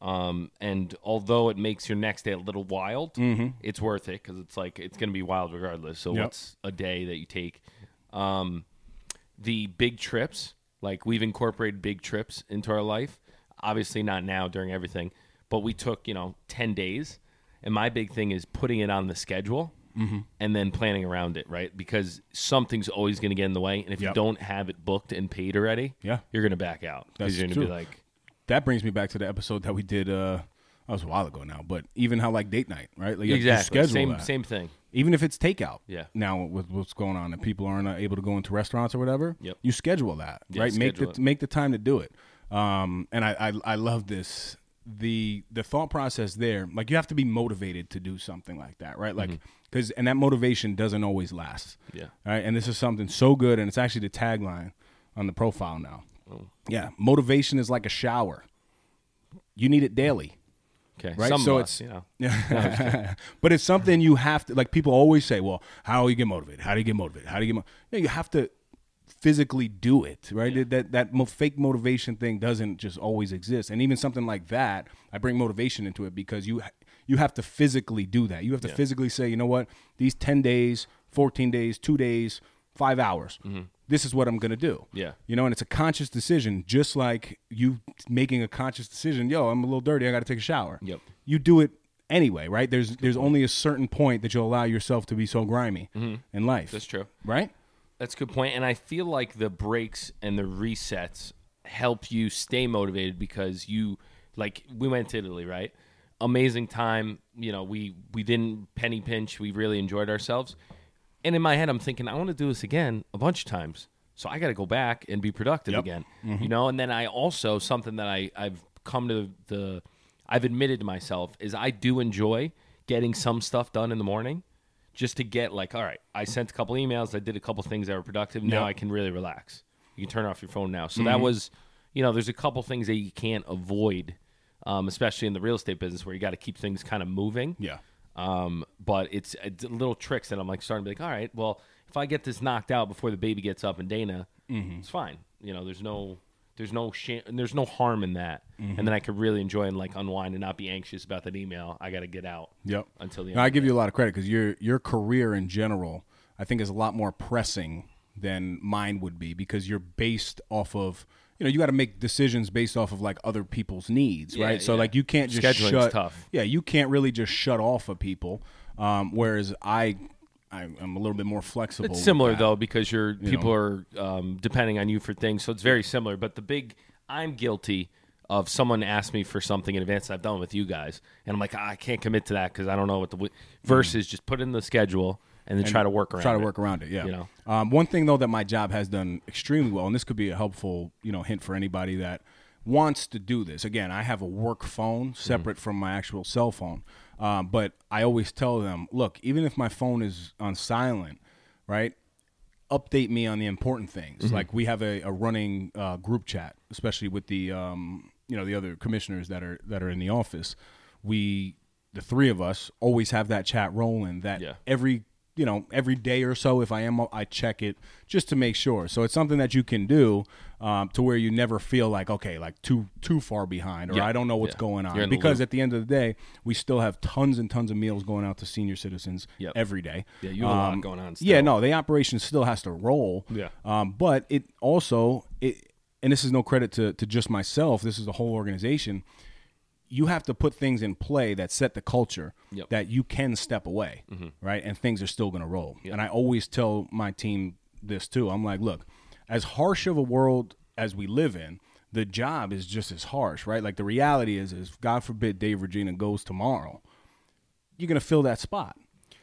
Speaker 2: Um, and although it makes your next day a little wild, it's worth it because it's like it's going to be wild regardless. So
Speaker 3: Mm-hmm. Yep.
Speaker 2: what's a day that you take? Um, the big trips, like we've incorporated big trips into our life. Obviously, not now during everything, but we took you know ten days, and my big thing is putting it on the schedule
Speaker 3: Mm-hmm.
Speaker 2: and then planning around it, right? Because something's always going to get in the way, and if you
Speaker 3: Yep.
Speaker 2: don't have it booked and paid already,
Speaker 3: Yeah.
Speaker 2: you're going to back out because
Speaker 3: That's
Speaker 2: you're going to be
Speaker 3: true.
Speaker 2: like,
Speaker 3: That brings me back to the episode that we did. Uh, that was a while ago now, but even how like date night, right? Like you have to
Speaker 2: exactly
Speaker 3: schedule
Speaker 2: same
Speaker 3: that.
Speaker 2: same thing.
Speaker 3: even if it's takeout.
Speaker 2: Yeah.
Speaker 3: Now with what's going on and people aren't uh, able to go into restaurants or whatever,
Speaker 2: Yep.
Speaker 3: you schedule that,
Speaker 2: Yeah,
Speaker 3: right? Make the
Speaker 2: schedule it.
Speaker 3: make the time to do it. Um, and I, I I love this the the thought process there. Like you have to be motivated to do something like that, right? Like because and that motivation doesn't always last.
Speaker 2: Mm-hmm. Yeah.
Speaker 3: Right. And this is something so good, and it's actually the tagline on the profile now.
Speaker 2: Oh.
Speaker 3: Yeah, motivation is like a shower. You need it daily
Speaker 2: Okay,
Speaker 3: right?
Speaker 2: Some
Speaker 3: so
Speaker 2: of us,
Speaker 3: it's
Speaker 2: you
Speaker 3: [laughs]
Speaker 2: know.
Speaker 3: yeah, [laughs] but it's something you have to like. People always say, "Well, how do you get motivated? How do you get motivated? How do you get?" Mo-? Yeah, you have to physically do it, right? That that mo- fake motivation thing doesn't just always exist, and even something like that, I bring motivation into it because you ha- you have to physically do that. You have to physically say, you know what? These ten days, fourteen days, two days, five hours. This is what I'm gonna do.
Speaker 2: Mm-hmm. Yeah.
Speaker 3: You know, and it's a conscious decision, just like you making a conscious decision. Yo, I'm a little dirty. I got to take a shower.
Speaker 2: Yep.
Speaker 3: You do it anyway, right? There's there's only a certain point that you'll allow yourself to be so grimy in life.
Speaker 2: Mm-hmm. That's true.
Speaker 3: right?
Speaker 2: That's a good point. And I feel like the breaks and the resets help you stay motivated because you like we went to Italy, right? Amazing time. You know, we we didn't penny pinch. We really enjoyed ourselves. And in my head I'm thinking I want to do this again a bunch of times. So I got to go back and be productive again. You know, and then I also something that I I've come to the I've admitted to myself is I do enjoy getting some stuff done in the morning just to get like, all right, I sent a couple emails, I did a couple things that were productive. Now I can really relax. You can turn off your phone now. So that was, you know, there's a couple things that you can't avoid, um, especially in the real estate business where you got to keep things kind of moving.
Speaker 3: Yeah.
Speaker 2: Um, but it's, it's little tricks that I'm like starting to be like, all right, well, if I get this knocked out before the baby gets up and Dana, it's fine. You know, there's no there's no shame, there's no harm in that, and then I could really enjoy and like unwind and not be anxious about that email. I got to get out.
Speaker 3: Yep.
Speaker 2: Until the
Speaker 3: Now,
Speaker 2: end
Speaker 3: I give you a lot of credit because your your career in general, I think, is a lot more pressing than mine would be because you're based off of you know you got to make decisions based off of like other people's needs,
Speaker 2: Yeah,
Speaker 3: right? So
Speaker 2: yeah.
Speaker 3: like you can't just
Speaker 2: Scheduling's
Speaker 3: shut.
Speaker 2: tough.
Speaker 3: Yeah, you can't really just shut off of people. Um, whereas I, I am a little bit more flexible.
Speaker 2: It's
Speaker 3: with
Speaker 2: similar
Speaker 3: that.
Speaker 2: though because your people are um, depending on you for things, so it's very similar. But the big I'm guilty of someone asked me for something in advance. that I've done with you guys, and I'm like, "Ah, I can't commit to that because I don't know what the w-. versus just put it in the schedule and then try to work around.
Speaker 3: Mm. Try to
Speaker 2: it.
Speaker 3: work around it. Yeah.
Speaker 2: You know?
Speaker 3: Um, one thing though that my job has done extremely well, and this could be a helpful you know hint for anybody that wants to do this. Again, I have a work
Speaker 2: Mm-hmm.
Speaker 3: phone separate from my actual cell phone, um, but I always tell them, look, even if my phone is on silent, right? Update me on the important things.
Speaker 2: Mm-hmm.
Speaker 3: Like we have a, a running uh, group chat, especially with the um, you know the other commissioners that are that are in the office. We the three of us always have that chat rolling. That
Speaker 2: Yeah.
Speaker 3: every you know every day or so if i am i check it just to make sure so it's something that you can do um, to where you never feel like okay like too too far behind or
Speaker 2: Yeah,
Speaker 3: i don't know what's
Speaker 2: yeah.
Speaker 3: going
Speaker 2: You're in
Speaker 3: on
Speaker 2: the
Speaker 3: because
Speaker 2: loop.
Speaker 3: at the end of the day we still have tons and tons of meals going out to senior citizens
Speaker 2: Yep.
Speaker 3: every day Um,
Speaker 2: Yeah, you have a lot going on
Speaker 3: yeah
Speaker 2: still.
Speaker 3: no the operation still has to roll
Speaker 2: Yeah.
Speaker 3: um, but it also it and this is no credit to, to just myself this is the whole organization you have to put things in play that set the culture
Speaker 2: Yep. Mm-hmm.
Speaker 3: that you can step away, right? And things are still going to roll. And I always tell my team this too. I'm like, look, as harsh of a world as we live in, the job is just as harsh, right? Like the reality is, is God forbid Dave Regina goes tomorrow, you're going to fill that spot.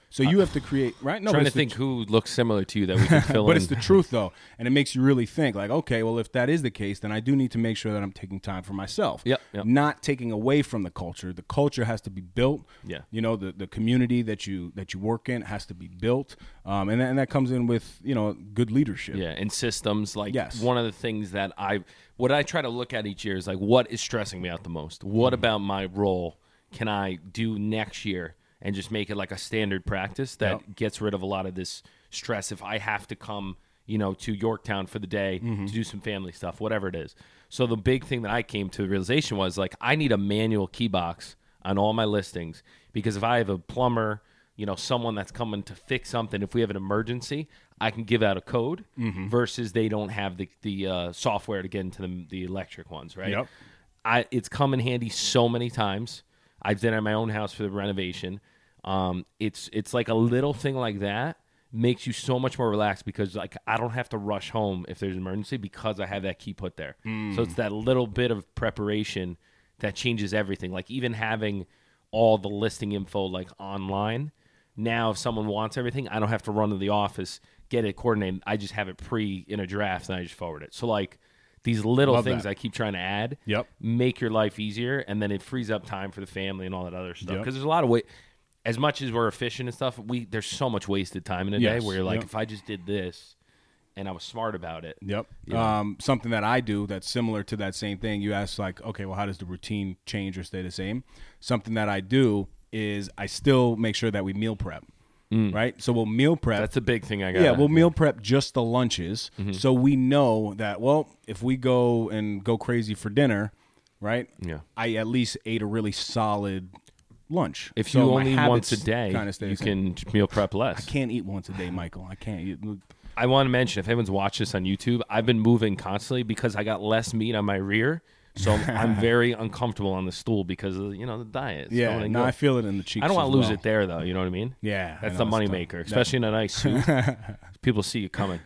Speaker 3: So you have to create, right? No, but
Speaker 2: Trying to
Speaker 3: it's the
Speaker 2: think who looks similar to you
Speaker 3: [laughs]
Speaker 2: that we can fill
Speaker 3: but
Speaker 2: in.
Speaker 3: it's
Speaker 2: [laughs]
Speaker 3: the truth though and it makes you really think like okay well if that is the case then i do need to make sure that i'm taking time for myself
Speaker 2: Yep, yep.
Speaker 3: not taking away from the culture the culture has to be built
Speaker 2: Yeah.
Speaker 3: you know the, the community that you that you work in has to be built um, and, that, and that comes in with you know good leadership
Speaker 2: Yeah, and systems like
Speaker 3: Yes.
Speaker 2: one of the things that I what I try to look at each year is like what is stressing me out the most? What about my role can I do next year and just make it like a standard practice that gets rid of a lot of this stress if I have to come, you know, to Yorktown for the day to do some family stuff, whatever it is. So the big thing that I came to the realization was like I need a manual key box on all my listings because if I have a plumber, you know, someone that's coming to fix something, if we have an emergency, I can give out a code versus they don't have the, the uh, software to get into the, the electric ones, right?
Speaker 3: Yep.
Speaker 2: I it's come in handy so many times. I've done it at my own house for the renovation. Um, it's it's like a little thing like that makes you so much more relaxed because like I don't have to rush home if there's an emergency because I have that key put there. So
Speaker 3: Hmm.
Speaker 2: it's that little bit of preparation that changes everything. Like even having all the listing info like online. Now if someone wants everything, I don't have to run to the office, get it coordinated. I just have it pre in a draft and I just forward it. So like these little
Speaker 3: Love
Speaker 2: things
Speaker 3: that.
Speaker 2: I keep trying to add
Speaker 3: Yep.
Speaker 2: make your life easier and then it frees up time for the family and all that other stuff
Speaker 3: Yep.
Speaker 2: because there's a lot of way as much as we're efficient and stuff we there's so much wasted time in a
Speaker 3: Yes.
Speaker 2: day where you're like
Speaker 3: Yep.
Speaker 2: if i just did this and i was smart about it
Speaker 3: Yep. Um, something that I do that's similar to that same thing. You ask like, okay, well, how does the routine change or stay the same? Something that I do is I still make sure that we meal prep. Right. So we'll meal prep.
Speaker 2: Mm. that's a big thing i got
Speaker 3: yeah, we'll meal prep just the lunches,
Speaker 2: Mm-hmm.
Speaker 3: so we know that. Well, if we go and go crazy for dinner, right?
Speaker 2: Yeah.
Speaker 3: I at least ate a really solid lunch.
Speaker 2: if
Speaker 3: So
Speaker 2: you
Speaker 3: my
Speaker 2: only once a
Speaker 3: habits
Speaker 2: day
Speaker 3: kinda stay the
Speaker 2: you
Speaker 3: same.
Speaker 2: can meal prep less
Speaker 3: I can't eat once a day, Michael. I can't. eat.
Speaker 2: I want to mention if anyone's watched this on YouTube, I've been moving constantly because I got less meat on my rear,
Speaker 3: [laughs]
Speaker 2: so I'm, I'm very uncomfortable on the stool because of, you know the diet. It's
Speaker 3: Yeah,
Speaker 2: going
Speaker 3: no,
Speaker 2: good.
Speaker 3: I feel it in the cheeks.
Speaker 2: I don't want
Speaker 3: as
Speaker 2: to lose
Speaker 3: well.
Speaker 2: it there though. You know what I mean?
Speaker 3: Yeah, I
Speaker 2: that's
Speaker 3: know,
Speaker 2: the
Speaker 3: it's tough.
Speaker 2: moneymaker, especially in a nice
Speaker 3: [laughs]
Speaker 2: suit. People see you coming.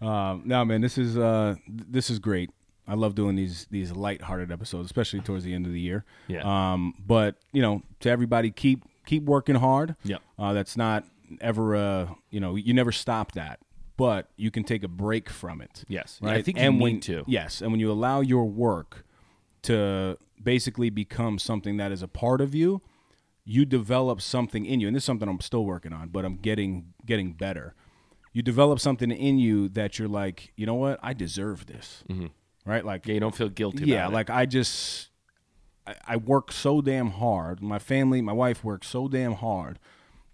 Speaker 3: Um, no, man, this is uh, th- this is great. I love doing these these lighthearted episodes, especially towards the end of the year.
Speaker 2: Yeah.
Speaker 3: Um, but you know, to everybody, keep keep working hard.
Speaker 2: Yep.
Speaker 3: Uh, that's not ever uh, you know, you never stop that, but you can take a break from it.
Speaker 2: Yes. I
Speaker 3: Right.
Speaker 2: think you
Speaker 3: and
Speaker 2: need
Speaker 3: when,
Speaker 2: to.
Speaker 3: Yes, and when you allow your work to basically become something that is a part of you, you develop something in you, and this is something I'm still working on, but I'm getting getting better. You develop something in you that you're like, you know what, I deserve this,
Speaker 2: Mm-hmm.
Speaker 3: right? Like,
Speaker 2: Yeah, you don't feel guilty.
Speaker 3: yeah,
Speaker 2: about it.
Speaker 3: like I just I, I work so damn hard. My family, my wife works so damn hard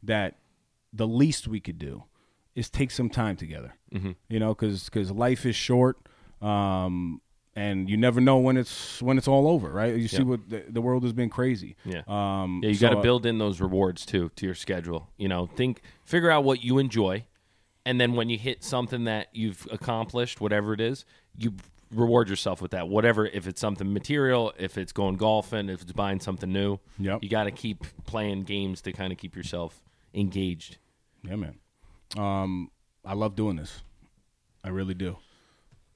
Speaker 3: that the least we could do is take some time together. Mm-hmm. You know, because life is short, um, and you never know when it's when it's all over, right? You see what the, the world has been crazy.
Speaker 2: Yeah.
Speaker 3: Um,
Speaker 2: Yeah, you
Speaker 3: so
Speaker 2: got to
Speaker 3: I-
Speaker 2: build in those rewards too to your schedule. You know, think, figure out what you enjoy, and then when you hit something that you've accomplished, whatever it is, you reward yourself with that. Whatever, if it's something material, if it's going golfing, if it's buying something new,
Speaker 3: Yep.
Speaker 2: you got to keep playing games to kind of keep yourself engaged.
Speaker 3: Yeah, man. Um, I love doing this. I really do.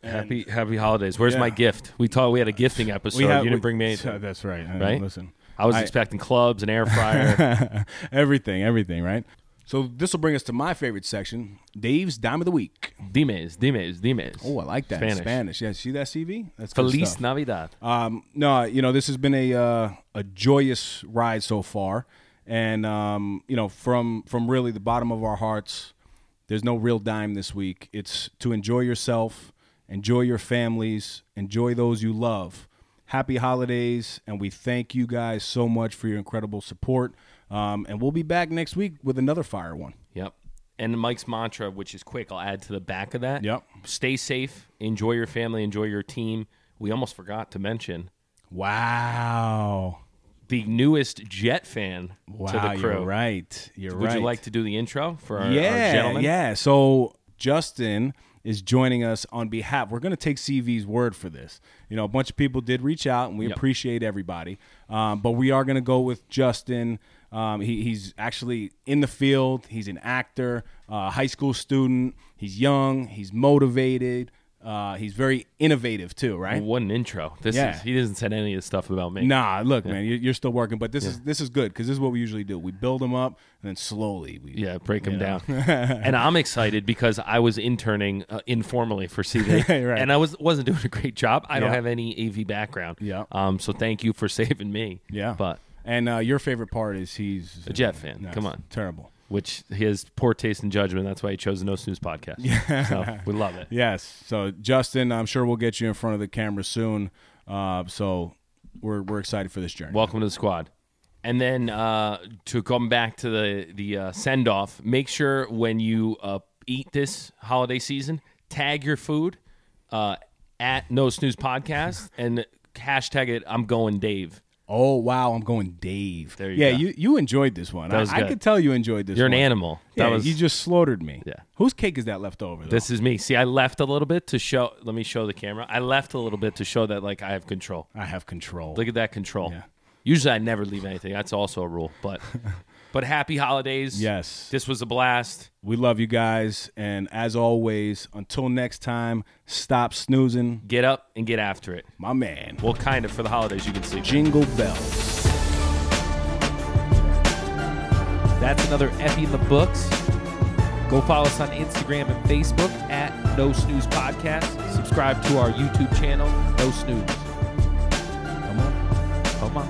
Speaker 2: happy Happy holidays. Where's
Speaker 3: Yeah.
Speaker 2: my gift? We thought we had a gifting episode.
Speaker 3: have-
Speaker 2: you didn't bring me
Speaker 3: Uh,
Speaker 2: anything,
Speaker 3: [laughs] That's right. Uh,
Speaker 2: right?
Speaker 3: Listen,
Speaker 2: I was
Speaker 3: I-
Speaker 2: expecting clubs, an air
Speaker 3: [laughs]
Speaker 2: fryer.
Speaker 3: everything, everything, right? So this will bring us to my favorite section, Dave's dime of the week.
Speaker 2: dimes, dimes, dimes.
Speaker 3: Oh, I like that
Speaker 2: Spanish.
Speaker 3: Spanish. Yeah, see that CV? That's good
Speaker 2: Feliz
Speaker 3: stuff.
Speaker 2: Navidad.
Speaker 3: Um, no, you know this has been a uh, a joyous ride so far, and um, you know from from really the bottom of our hearts, there's no real dime this week. It's to enjoy yourself, enjoy your families, enjoy those you love. Happy holidays, and we thank you guys so much for your incredible support. Um, and we'll be back next week with another fire one.
Speaker 2: Yep. And Mike's mantra, which is quick, I'll add to the back of that.
Speaker 3: Yep.
Speaker 2: Stay safe, enjoy your family, enjoy your team. We almost forgot to mention
Speaker 3: Wow!
Speaker 2: the newest Jet fan
Speaker 3: Wow,
Speaker 2: to the crew.
Speaker 3: you're right. You're
Speaker 2: Would
Speaker 3: right.
Speaker 2: you like to do the intro for our, our
Speaker 3: yeah,
Speaker 2: gentlemen?
Speaker 3: Yeah. So Justin is joining us on behalf. We're going to take CV's word for this. You know, a bunch of people did reach out, and we appreciate everybody. Um, but we are going to go with Justin. Um, he, he's actually in the field. He's an actor, uh, high school student. He's young. He's motivated. Uh, he's very innovative too, right?
Speaker 2: What an intro. This
Speaker 3: Yeah.
Speaker 2: is he doesn't said any of this stuff about me.
Speaker 3: Nah, look, man, you- you're still working, but this is this is good because this is what we usually do. We build them up, and then slowly we
Speaker 2: Yeah, break them down.
Speaker 3: [laughs]
Speaker 2: and I'm excited because I was interning uh, informally for CV,
Speaker 3: [laughs] Right.
Speaker 2: and I was wasn't doing a great job. I don't
Speaker 3: Yeah.
Speaker 2: have any AV background.
Speaker 3: Yeah.
Speaker 2: Um. So thank you for [laughs] saving me.
Speaker 3: Yeah.
Speaker 2: But
Speaker 3: and uh, your favorite part is he's
Speaker 2: a Jet fan.
Speaker 3: No,
Speaker 2: Come
Speaker 3: it's
Speaker 2: on.
Speaker 3: terrible.
Speaker 2: which he has poor taste and judgment. That's why he chose the No Snooze podcast. So we
Speaker 3: [laughs]
Speaker 2: love it.
Speaker 3: Yes. So Justin, I'm sure we'll get you in front of the camera soon. Uh, so we're we're excited for this journey.
Speaker 2: Welcome to the squad. And then uh, to come back to the the uh, send off, make sure when you uh, eat this holiday season, tag your food uh, at No Snooze
Speaker 3: [laughs]
Speaker 2: Podcast and hashtag it. I'm going Dave.
Speaker 3: oh wow, I'm going Dave.
Speaker 2: There you
Speaker 3: yeah,
Speaker 2: go.
Speaker 3: you you enjoyed this one.
Speaker 2: That was
Speaker 3: I, I
Speaker 2: good.
Speaker 3: could tell you enjoyed this.
Speaker 2: You're an
Speaker 3: one.
Speaker 2: animal.
Speaker 3: Yeah,
Speaker 2: That was
Speaker 3: you just slaughtered me.
Speaker 2: Yeah.
Speaker 3: Whose cake is that left over? Though?
Speaker 2: this is me. See, I left a little bit to show. Let me show the camera. I left a little bit to show that like I have control.
Speaker 3: I have control.
Speaker 2: Look at that control.
Speaker 3: Yeah.
Speaker 2: Usually I never leave anything. That's also a rule.
Speaker 3: [laughs]
Speaker 2: But but happy holidays.
Speaker 3: Yes.
Speaker 2: This was a blast.
Speaker 3: we love you guys, and as always, until next time, stop snoozing,
Speaker 2: Get up and get after it.
Speaker 3: my man.
Speaker 2: Well, kind of for the holidays you can sleep.
Speaker 3: Jingle bells.
Speaker 4: That's another Effie in the books. Go follow us on Instagram and Facebook at No Snooze Podcast. Subscribe to our YouTube channel, No Snooze. Come on. Come on.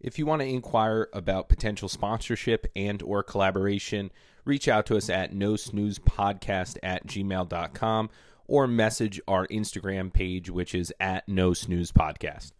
Speaker 5: If you want to inquire about potential sponsorship and or collaboration, reach out to us at no snooze podcast at gmail.com or message our Instagram page, which is at no snooze podcast.